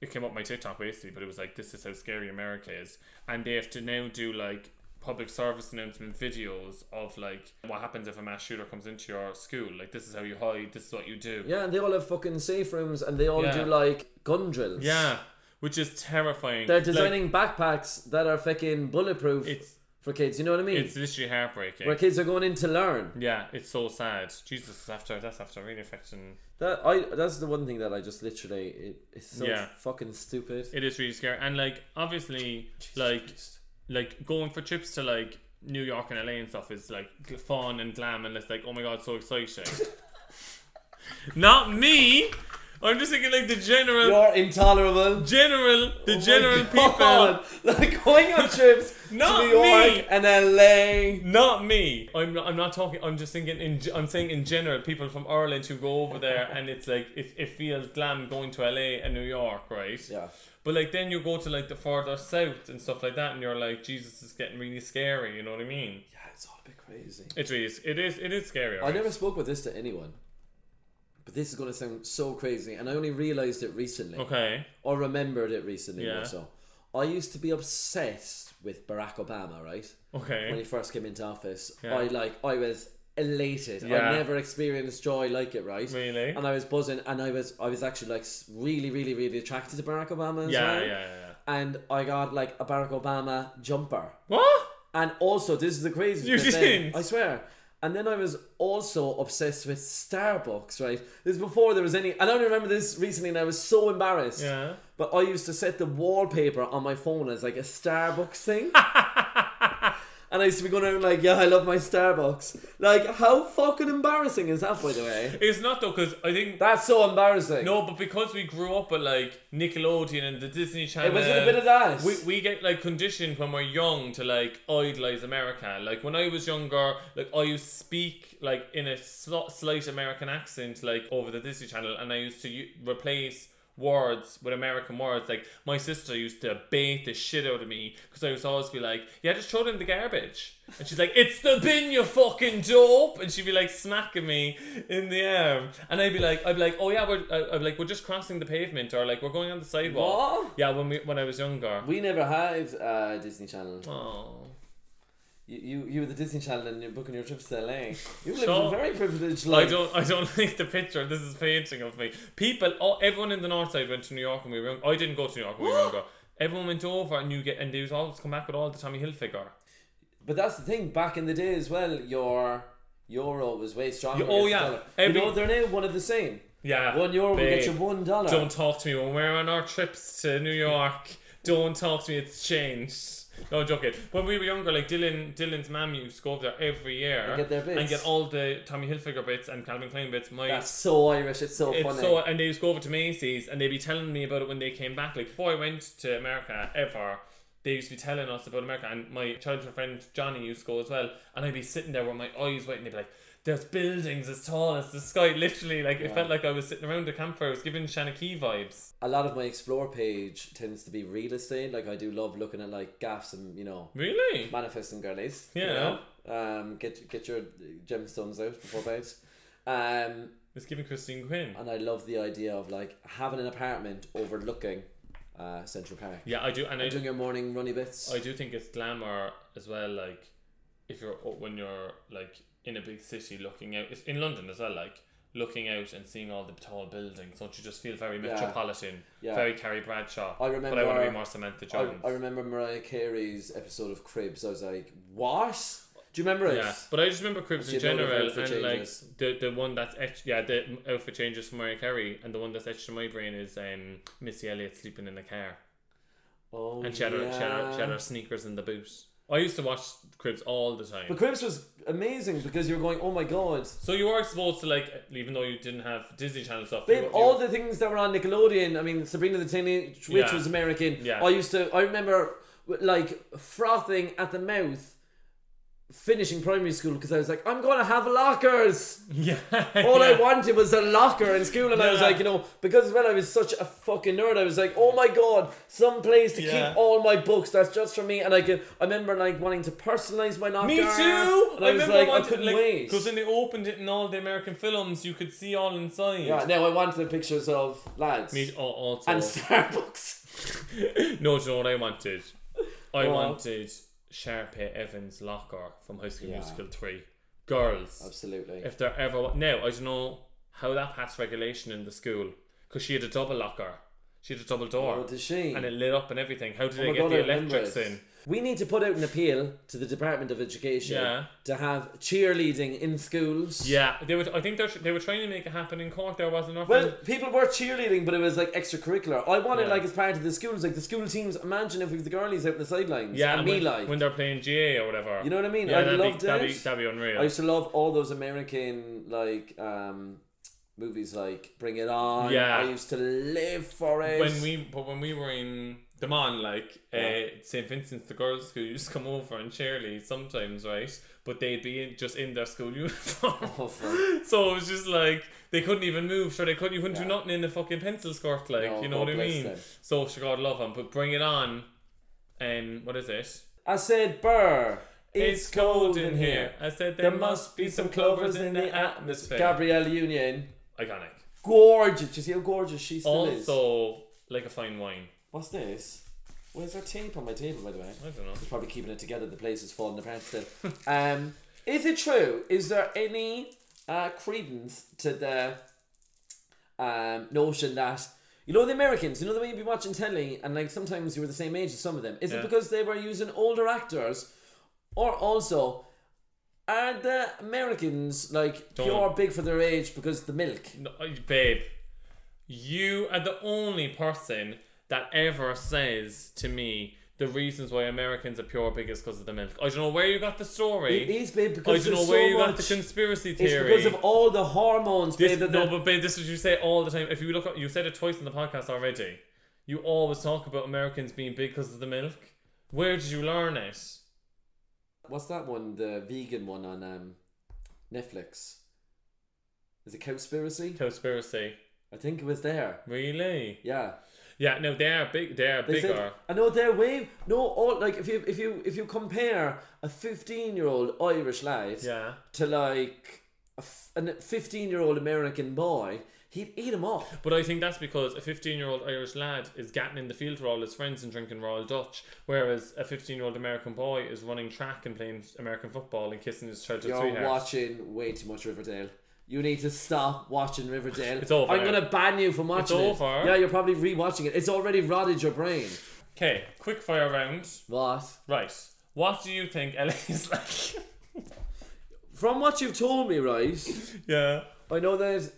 it came up my TikTok basically, but it was like this is how scary America is. And they have to now do like public service announcement videos of like what happens if a mass shooter comes into your school. Like this is how you hide, this is what you do.
Yeah, and they all have fucking safe rooms and they all
Yeah.
do, like, gun drills.
Yeah, Which is terrifying.
They're
Like,
designing backpacks that are fucking bulletproof
It's-
for kids. You know what I mean?
it's literally heartbreaking.
Where kids are going in to learn.
yeah, it's so sad. Jesus, it's after that's after really affecting.
That I that's the one thing that I just literally it, it's so
Yeah.
fucking stupid.
It is really scary, and like obviously, like like going for trips to like New York and LA and stuff is like gl- fun and glam, and it's like oh my god, so exciting. Not me. I'm just thinking like the general,
You're intolerable.
general, the general people.
people like going on trips
Not
to New York
me.
and LA.
Not me. I'm not, I'm not talking. I'm just thinking. In, ge- I'm saying in general, people from Ireland who go over there, and it's like it, it feels glam going to LA and New York, right?
Yeah.
But like then you go to like the further south and stuff like that, and you're like, Jesus is getting really scary. You know what I mean?
Yeah, it's all a bit crazy.
It is. It is. It is scary.
I
right?
never spoke with this to anyone. But this is gonna sound so crazy and I only realised it recently.
Okay.
Or remembered it recently
Yeah.
more so. I used to be obsessed with Barack Obama, right? when
Okay.
he first came into office,
Yeah.
I like I was elated.
Yeah.
I never experienced joy like it, right?
Really?
And I was buzzing, and I was I was actually like s- really, really, really attracted to Barack Obama as
Yeah,
well.
yeah, yeah, yeah.
And I got like a Barack Obama jumper.
What?
And also, this is the craziest
You
bit
didn't?
Then, I swear. And then I was also obsessed with Starbucks, right? This is before there was any. And I don't remember this recently, and I was so embarrassed.
Yeah.
But I used to set the wallpaper on my phone as like a Starbucks thing. and I used to be going around like, yeah, I love my Starbucks. Like, how fucking embarrassing is that, by the way?
It's not though, because I think
That's so embarrassing.
no, but because we grew up with like Nickelodeon and the Disney Channel,
was a bit of that.
We we get like conditioned when we're young to like idolize America. Like when I was younger, like I used to speak like in a sl- slight American accent, like over the Disney Channel, and I used to u- replace. Words with American words, like my sister used to bait the shit out of me because I was always be like, "Yeah, just throw it in the garbage," and she's like, "It's the bin, you fucking dope," and she'd be like smacking me in the arm, and I'd be like, "I'd be like, oh yeah, we're I- I'd be like we're just crossing the pavement or like we're going on the sidewalk."
What?
Yeah, when we when I was younger.
We never had uh, Disney Channel.
Oh.
You, you, you were the Disney Channel and you're booking your trips to LA. You live
Sure.
a very privileged
I
life.
don't. I don't like the picture. This is painting of me. People. All, everyone in the north side went to New York when we were. Young. I didn't go to New York when we were younger. Everyone went over, and you get, and they was always come back with all the Tommy Hilfiger.
But that's the thing. Back in the day as well, your euro was way stronger.
Oh,
against the
yeah.
dollar.
Every-
you know they're now one of the same.
Yeah,
One euro will
babe.
get you one dollar.
Don't talk to me when we're on our trips to New York. Don't talk to me. It's changed. No joking. When we were younger, like Dylan, Dylan's mum used to go over there every year
And get their bits.
and get all the Tommy Hilfiger bits and Calvin Klein bits. My
That's so Irish. It's so
It's
funny.
so, and they used to go over to Macy's and they'd be telling me about it when they came back. Like before I went to America ever, they used to be telling us about America. And my childhood friend Johnny used to go as well. And I'd be sitting there with my eyes wet and they'd be like, "There's buildings as tall as the sky." Literally, like it felt like I was sitting around the campfire. It was giving Shanaki vibes.
a lot of my explore page tends to be real estate. Like I do love looking at like gaffs and you know
Really?
manifesting girlies.
Yeah.
You know? Um, get get your gemstones out before bed. Um,
It's giving Christine Quinn.
and I love the idea of like having an apartment overlooking uh, Central Park.
Yeah, I do, and I
Doing your morning runny bits.
I do think it's glamour as well. Like if you're when you're like in a big city looking out, it's in London as well. Like looking out and seeing all the tall buildings, don't you just feel very metropolitan,
Yeah.
very Carrie Bradshaw?
I
but I want to be
remember-
more Samantha
I,
Jones.
I remember Mariah Carey's episode of Cribs. I was like, what? Do you remember it?
Yeah, but I just remember Cribs in
She had loads of
general, and
outfit
like
changes.
the the one that's etched, yeah, the outfit changes from Mariah Carey, and the one that's etched in my brain is um, Missy Elliott sleeping in the car.
oh,
and she had, her, she, had her, she had her sneakers in the boot. I used to watch Cribs all the time.
But Cribs was amazing because you were going, oh my god.
So you are exposed to like, even though you didn't have Disney Channel stuff.
Babe,
you,
all the things that were on Nickelodeon. I mean, Sabrina the Teenage Witch
Yeah.
was American.
Yeah.
I used to. I remember like frothing at the mouth, finishing primary school because I was like, I'm gonna have lockers.
yeah,
All
yeah.
I wanted was a locker in school, and I was
Yeah.
like, you know, because as well I was such a fucking nerd. I was like, oh my god, some place to
Yeah.
keep all my books that's just for me. And I can, I remember like wanting to personalize my locker.
Me too.
And I, was
remember
like, I couldn't wait.
because when they opened it in all the American films, you could see all inside.
Yeah, now I want the pictures of lads
Me al- also.
and Starbucks.
no, do you know what I wanted? I
Well-
wanted Sharpay Evans Locker from High School Musical Three. Girls,
Absolutely.
if they're ever now, I don't know how that passed regulation in the school because she had a double locker. She had a double door.
Oh, did she?
And it lit up and everything. How did
Oh
they
my
get
God,
the
I remember
electrics
it.
in?
We need to put out an appeal to the Department of Education
Yeah.
to have cheerleading in schools.
Yeah, they were. I think they're, they were trying to make it happen in Cork. There wasn't enough.
Well, people were cheerleading, but it was like extracurricular. I wanted
Yeah.
like as part of the schools, like the school teams. Imagine if we have the girlies out on the sidelines.
yeah,
and
and
me
when,
like.
when they're playing GA or whatever.
you know what I mean?
Yeah,
I
that'd
loved
be,
it.
That'd be, that'd be unreal.
I used to love all those American like um, movies, like Bring It On.
Yeah.
I used to live for it.
when we, but when we were in the Mon, like uh, St Vincent's, the girls' school used to come over and cheerlead sometimes, right? But they'd be in, just in their school uniform.
Oh, fuck.
so it was just like they couldn't even move. Sure, they couldn't. You couldn't do nothing in a fucking pencil skirt, like
No,
you know
God
what I
bless
mean.
them.
So sure, God love them, but bring it on. Um, what is it?
I said, "Burr,
It's cold in here. I said there must be some clovers in the atmosphere.
Gabrielle Union,
Iconic.
gorgeous. You see how gorgeous she still is.
Also, like a fine wine.
What's this? Where's our tape on my table, by the way?
I don't know.
It's probably keeping it together. The place is falling apart still. Um, Is it true? Is there any uh, credence to the um, notion that you know the Americans? You know the way you'd be watching telly, and like sometimes you were the same age as some of them. Is
Yeah.
it because they were using older actors, or also? Are the Americans like
Don't-
pure big for their age because the milk?
No, uh, babe, you are the only person that ever says to me the reasons why Americans are pure big is because of the milk. I don't know where you got the story.
It is, babe,
I
because
don't know
there's
where
so
Oh, you got the
much-
conspiracy
It's
theory.
because of all the hormones,
This-
babe. that
no,
the-
but babe, this is what you say all the time. If you look up, you said it twice in the podcast already. You always talk about Americans being big because of the milk. Where did you learn it?
What's that one? The vegan one on um, Netflix. Is it Cowspiracy?
Conspiracy.
I think it was there.
Really?
Yeah.
Yeah, no, they are big. They are
They
bigger.
said, I know their way. No, all like if you if you if you compare a fifteen-year-old Irish lad
yeah.
to like a f- a fifteen-year-old American boy, he'd eat him up.
But I think that's because a 15 year old Irish lad is gatting in the field with all his friends and drinking Royal Dutch, whereas a 15 year old American boy is running track and playing American football and kissing his childhood
You're
sweetheart.
watching way too much Riverdale. You need to stop watching Riverdale.
It's over
I'm
now.
gonna ban you from watching it.
over.
Yeah, you're probably rewatching it. It's already rotted your brain.
Okay, quick fire round.
What?
Right. What do you think LA is like?
From what you've told me, right?
yeah.
I know that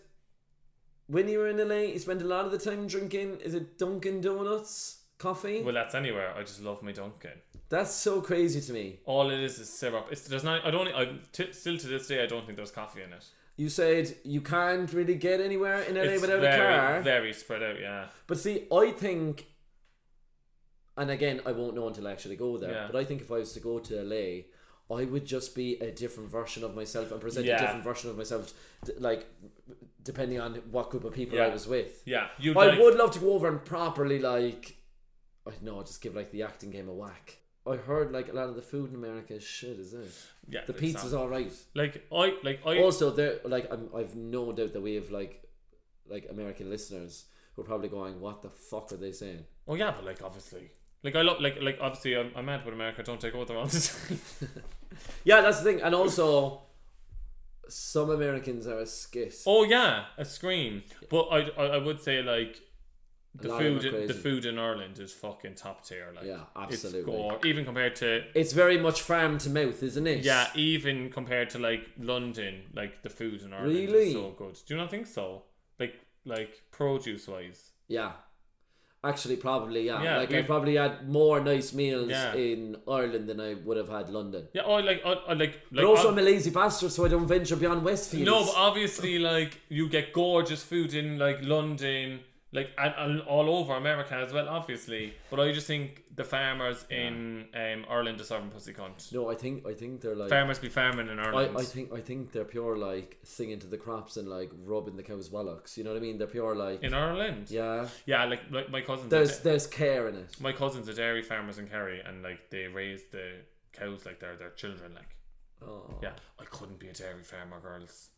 when you were in LA, you spent a lot of the time drinking. Is it Dunkin' Donuts coffee?
Well, that's anywhere. I just love my Dunkin'.
That's so crazy to me.
All it is is syrup. It's there's not. I don't. I t- still to this day I don't think there's coffee in it.
You said you can't really get anywhere in LA
it's
without
very,
a car.
very spread out. Yeah.
But see, I think, and again, I won't know until I actually go there.
Yeah.
But I think if I was to go to LA, I would just be a different version of myself and present
Yeah.
a different version of myself, d- like depending on what group of people I
Yeah.
was with.
Yeah. You.
I
like,
would love to go over and properly like, I don't know, just give like the acting game a whack. I heard like a lot of the food in America is shit, is it?
Yeah.
The
it's
pizza's
not-
all right.
Like I. Like I.
Also, there like I'm, I've no doubt that we have like, like American listeners who are probably going, "What the fuck are they saying?"
Oh yeah, but like obviously, like I love, like like obviously, I'm, I'm mad with America. Don't take over the wrong
Yeah, that's the thing. And also, some Americans are a skit.
Oh yeah, a scream. But I, I, I would say like the
lot of them
food,
are
the
crazy.
food in Ireland is fucking top tier. Like
Yeah,
It's
absolutely.
gore, even compared to
It's very much farm to mouth, isn't it?
yeah, even compared to like London, like the food in Ireland
Really?
is so good. Do you not think so? Like like produce wise.
Yeah. Actually, probably, yeah.
Yeah,
like, I
we've-
probably had more nice meals
Yeah.
in Ireland than I would have had London.
Yeah, I like I, I like like
But also,
ob-
I'm a lazy bastard, so I don't venture beyond Westfield.
No, but uh, obviously, like you get gorgeous food in like London, like and, and all over America as well, obviously. But I just think the farmers in um, Ireland are serving pussy cunt.
No, I think I think they're like.
Farmers be farming in
I,
Ireland.
I think I think they're pure like singing to the crops and like rubbing the cow's wallocks. You know what I mean? They're pure like
in Ireland.
yeah.
Yeah, like, like my cousins.
There's
are da-
there's care in it.
my cousins are dairy farmers in Kerry, and like they raise the cows like they're their children. Like,
Oh.
yeah, I couldn't be a dairy farmer, girls.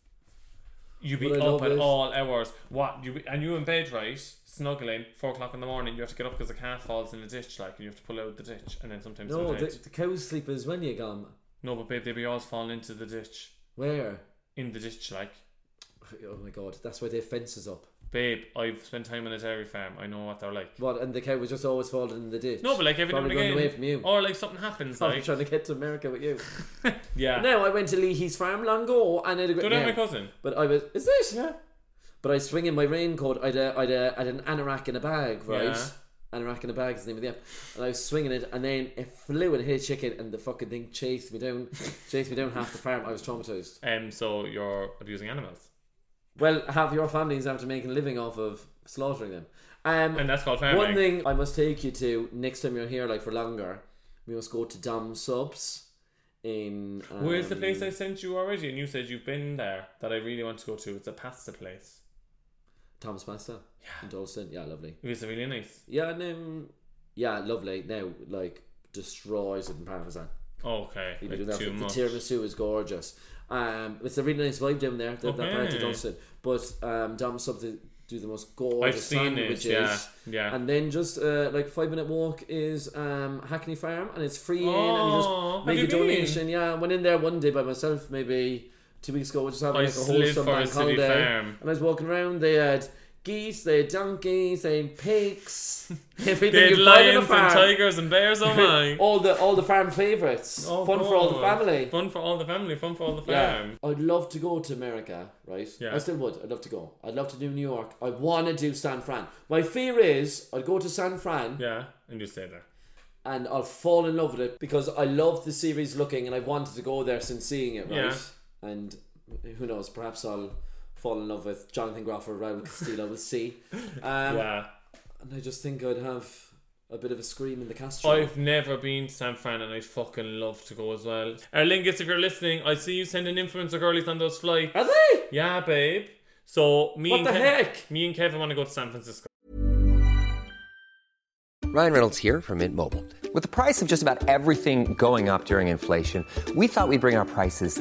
You be
But I
up
love
at
it.
all hours. What you be- and you in bed, right? Snuggling, four o'clock in the morning. You have to get up because the calf falls in a ditch, like, and you have to pull out the ditch, and then sometimes
No,
they're
the,
dead.
the cows sleep is when you gone.
no, but babe, they be always falling into the ditch,
Where?
in the ditch, like,
Oh my god, that's why they have fences up.
babe. I've spent time on a dairy farm. I know what they're like.
What? And the cow was just always falling in the ditch.
No, but like every now and
Probably running
again,
away from you.
or like something happens,
I'm
like,
trying to get to America with you.
yeah.
no, I went to Leahy's farm long ago, and I had a
Do
great
that, my
name.
cousin.
But I was, is this? Yeah. But I swing in my raincoat. I'd a, I'd a, I'd an anorak in a bag, right?
Yeah.
Anorak in a bag is the name of the app. And I was swinging it, and then it flew and hit a chicken, and the fucking thing chased me down, chased me down half the farm. I was traumatized.
Um, so you're abusing animals,
Well, half your families have to make a living off of slaughtering them. Um,
and that's called farming.
One thing I must take you to next time you're here, like for longer, we must go to Dom Subs in. Um,
Where's the place I sent you already? And you said you've been there that I really want to go to. It's a pasta place.
Thomas Pasta. Yeah. In Dalston. Yeah, lovely.
It was really nice.
Yeah, and um, yeah, lovely. Now, like, destroys it in Parmesan.
Okay.
You've
like
been doing that
too
for-
much.
The tiramisu is gorgeous. Um, it's a really nice vibe down there. The, That part of
Okay.
Dalston, but um, Dom Subs do the most gorgeous
I've seen it,
sandwiches.
yeah, yeah.
And then just uh, like five minute walk is um, Hackney Farm, and it's free in, and you
Oh,
just
have
make
you
a
been?
donation. Yeah, I went in there one day by myself, maybe two weeks ago, just having
I
like a
slid
wholesome
for a
bank
city
holiday.
farm.
And I was walking around. They had geese, they had donkeys, they had pigs, everything
They had
you'd find on a
lions and
farm.
tigers and bears, oh my.
all the all the farm favorites.
Oh,
Fun for all the
God.
family.
Fun for all the family, fun for all the
Yeah.
fam.
I'd love to go to America, right?
Yeah.
I still would. I'd love to go. I'd love to do New York. I want to do San Fran. My fear is I'd go to San Fran
Yeah. and you stay there.
and I'll fall in love with it because I loved the series looking and I wanted to go there since seeing it, right? And who knows, perhaps I'll fall in love with Jonathan Groff or Raul Castillo. we'll see. Um,
Yeah.
And I just think I'd have a bit of a scream in the Castro.
I've never been to San Fran and I'd fucking love to go as well. Erlingus, if you're listening, I see you sending influencer girlies on those flights.
Are they?
Yeah, babe. So me
What
and
the
Kev-
heck?
me and Kevin want to go to San Francisco.
Ryan Reynolds here from Mint Mobile. With the price of just about everything going up during inflation, we thought we'd bring our prices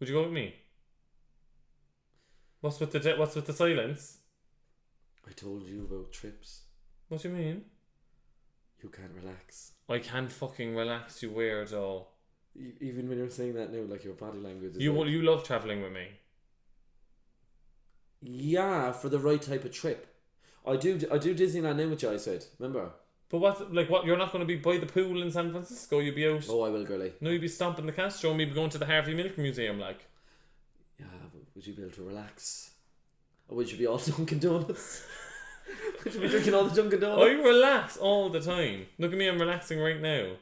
Would you go with me? What's with the jet? What's with the silence?
I told you about trips.
What do you mean?
You can't relax.
I can fucking relax, you weirdo.
E- Even when you're saying that now, like your body language is
You
like,
you love traveling with me.
Yeah, for the right type of trip. I do. I do Disneyland now, which I said. Remember?
But what? Like what? You're not going to be by the pool in San Francisco. You'll be out.
Oh, I will, girly.
No, you'd be stomping the Castro and we'd be going to the Harvey Milk Museum, like.
Yeah, but would you be able to relax? Or would you be all Dunkin' Donuts? would you be drinking all the Dunkin'
I
Donuts?
relax all the time. Look at me, I'm relaxing right now.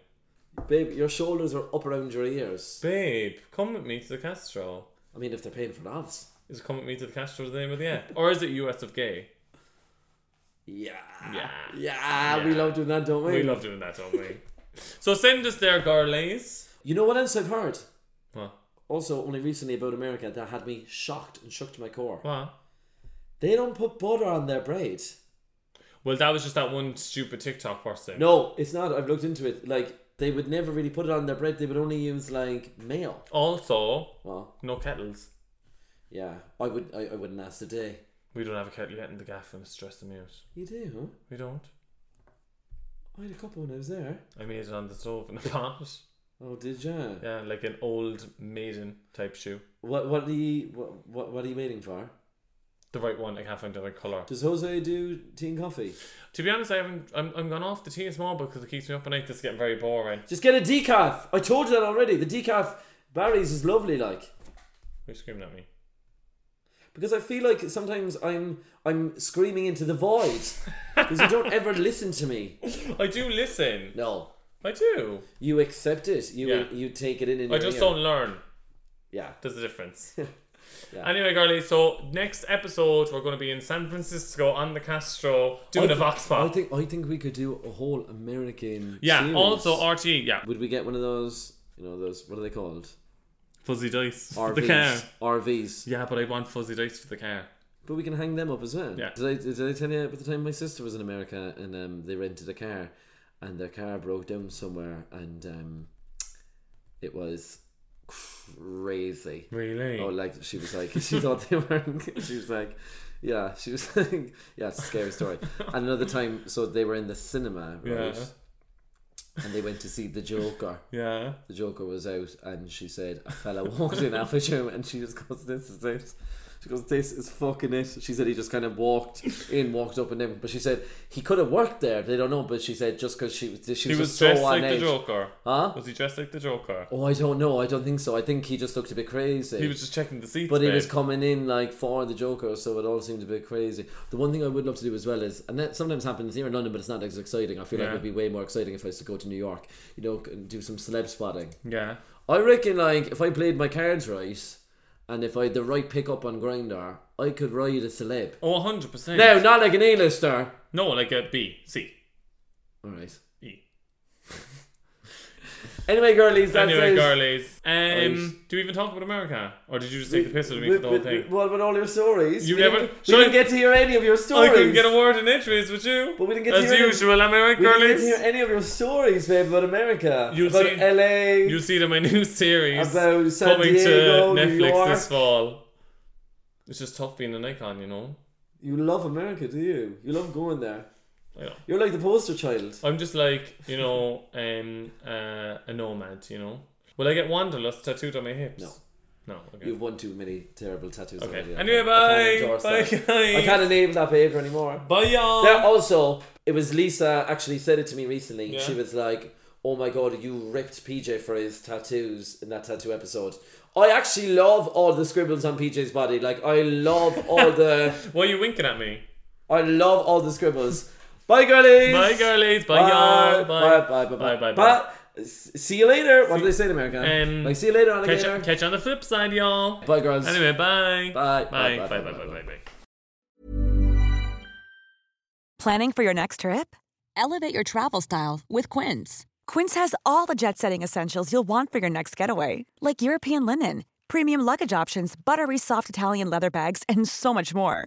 Babe, your shoulders are up around your ears.
Babe, come with me to the Castro.
I mean, if they're paying for that.
Is come with me to the Castro the name of the app? Or is it US of Gay?
Yeah.
Yeah.
Yeah, we love doing that, don't we?
We love doing that, don't we? so send us there, girlies.
You know what else I've heard?
What?
Also, only recently about America that had me shocked and shook to my core.
What?
They don't put butter on their braid.
Well, that was just that one stupid TikTok person.
No, it's not. I've looked into it. Like they would never really put it on their bread. They would only use like mayo.
Also,
Well,
no kettles.
yeah, I would. I, I wouldn't ask today.
We don't have a kettle yet in the gaff and it's stressing me out.
You do?
We don't.
Huh? I had a couple when I was there.
I made it on the stove in the pot.
Oh, did ya?
Yeah, like an old maiden type shoe.
What? What are you? What, what? What are you waiting for?
The right one, I can't find the right colour.
Does Jose do tea and coffee?
To be honest, I haven't. I'm, I'm gone off the tea as well because it keeps me up at night. This is getting very boring.
Just get a decaf. I told you that already. The decaf Barry's is lovely, like
Who's screaming at me?
because I feel like sometimes I'm I'm screaming into the void because you don't ever listen to me.
I do listen.
No,
I do.
you accept it. You
Yeah.
you take it in. in
I
your
just
ear.
don't learn.
Yeah.
There's a difference.
Yeah.
Anyway, girlies. So next episode, we're going to be in San Francisco on the Castro doing
I
a
thi-
vox pop.
I think I think we could do a whole American.
yeah.
series.
Also RT. Yeah.
would we get one of those? You know those what are they called?
Fuzzy dice for
RVs.
the car.
RVs.
Yeah, but I want fuzzy dice for the car.
But we can hang them up as well.
Yeah.
Did I, did I tell you about the time my sister was in America and um, they rented a car, and their car broke down somewhere and um, it was crazy.
Really?
Oh, like she was like she thought they were. She was like, yeah, she was like, yeah, it's a scary story. And another time, so they were in the cinema, right?
Yeah.
And they went to see the Joker.
yeah.
The Joker was out, and she said a fella walked in after you, and she just goes, "This is it." She goes, "This is fucking it." She said he just kind of walked in, walked up, and then. But she said he could have worked there. They don't know. But she said just because she was, she
he
was,
was
just
dressed
so on
like the
edge.
Joker.
Huh?
Was he dressed like the Joker?
Oh, I don't know. I don't think so. I think he just looked a bit crazy.
He was just checking the seats.
But he
babe.
was coming in like for the Joker, so it all seemed a bit crazy. The one thing I would love to do as well is, and that sometimes happens here in London, but it's not as exciting. I feel like
Yeah.
it would be way more exciting if I was to go to New York, you know, and do some celeb spotting.
Yeah.
I reckon, like, if I played my cards right, and if I had the right pickup on Grindr, I could ride a celeb.
Oh, 100%.
No, not like an A-lister.
No, like a B, C,
All right.
E.
Anyway, girlies, that's
anyway,
it.
girlies.
Oh,
Um,
Right.
Do we even talk about America? Or did you just take the piss out of me for the whole
With-
thing?
with- What about all your stories?
You
we
never-
didn't, we
Shall I-
didn't get to hear any of your stories.
I couldn't get a word in edgeways with you.
But we didn't get to
As
hear any-
usual, am I right,
We didn't get to
girlies?
hear any of your stories, babe, about America,
You'll
about
see-
LA.
You'll see it in my new series
About San
coming
Diego,
to
New
Netflix this
York.
fall. It's just tough being an icon, you know.
You love America, do you? You love going there.
Yeah. Oh.
You're like the poster child.
I'm just like, you know, um, uh, a nomad, you know. Will I get Wanderlust tattooed on my hips?
No.
No, okay.
You've won too many terrible tattoos
Okay.
already. I
Anyway,
can't- I can't
bye.
endorse
Bye,
that.
guys.
I can't enable that behavior anymore.
Bye, y'all.
Now, also, it was Lisa actually said it to me recently.
Yeah.
She was like, "Oh my god, you ripped PJ for his tattoos in that tattoo episode." I actually love all the scribbles on PJ's body. Like, I love all the,
Why are you winking at me?
I love all the scribbles. Bye, girlies.
Bye, girlies. Bye, y'all.
Bye,
Bye.
bye, bye, bye,
Bye, bye,
But, s- see you later. What do they say in America?
Um,
like, see you later,
Catch,
alligator.
catch you on the flip side, y'all.
Bye, girls.
Anyway, bye.
Bye.
Bye.
Bye, bye,
Bye. Bye.
bye,
Bye.
bye,
Bye. Bye.
Planning for your next trip?
Elevate your travel style with Quince.
Quince has all the jet setting essentials you'll want for your next getaway, like European linen, premium luggage options, buttery soft Italian leather bags, and so much more.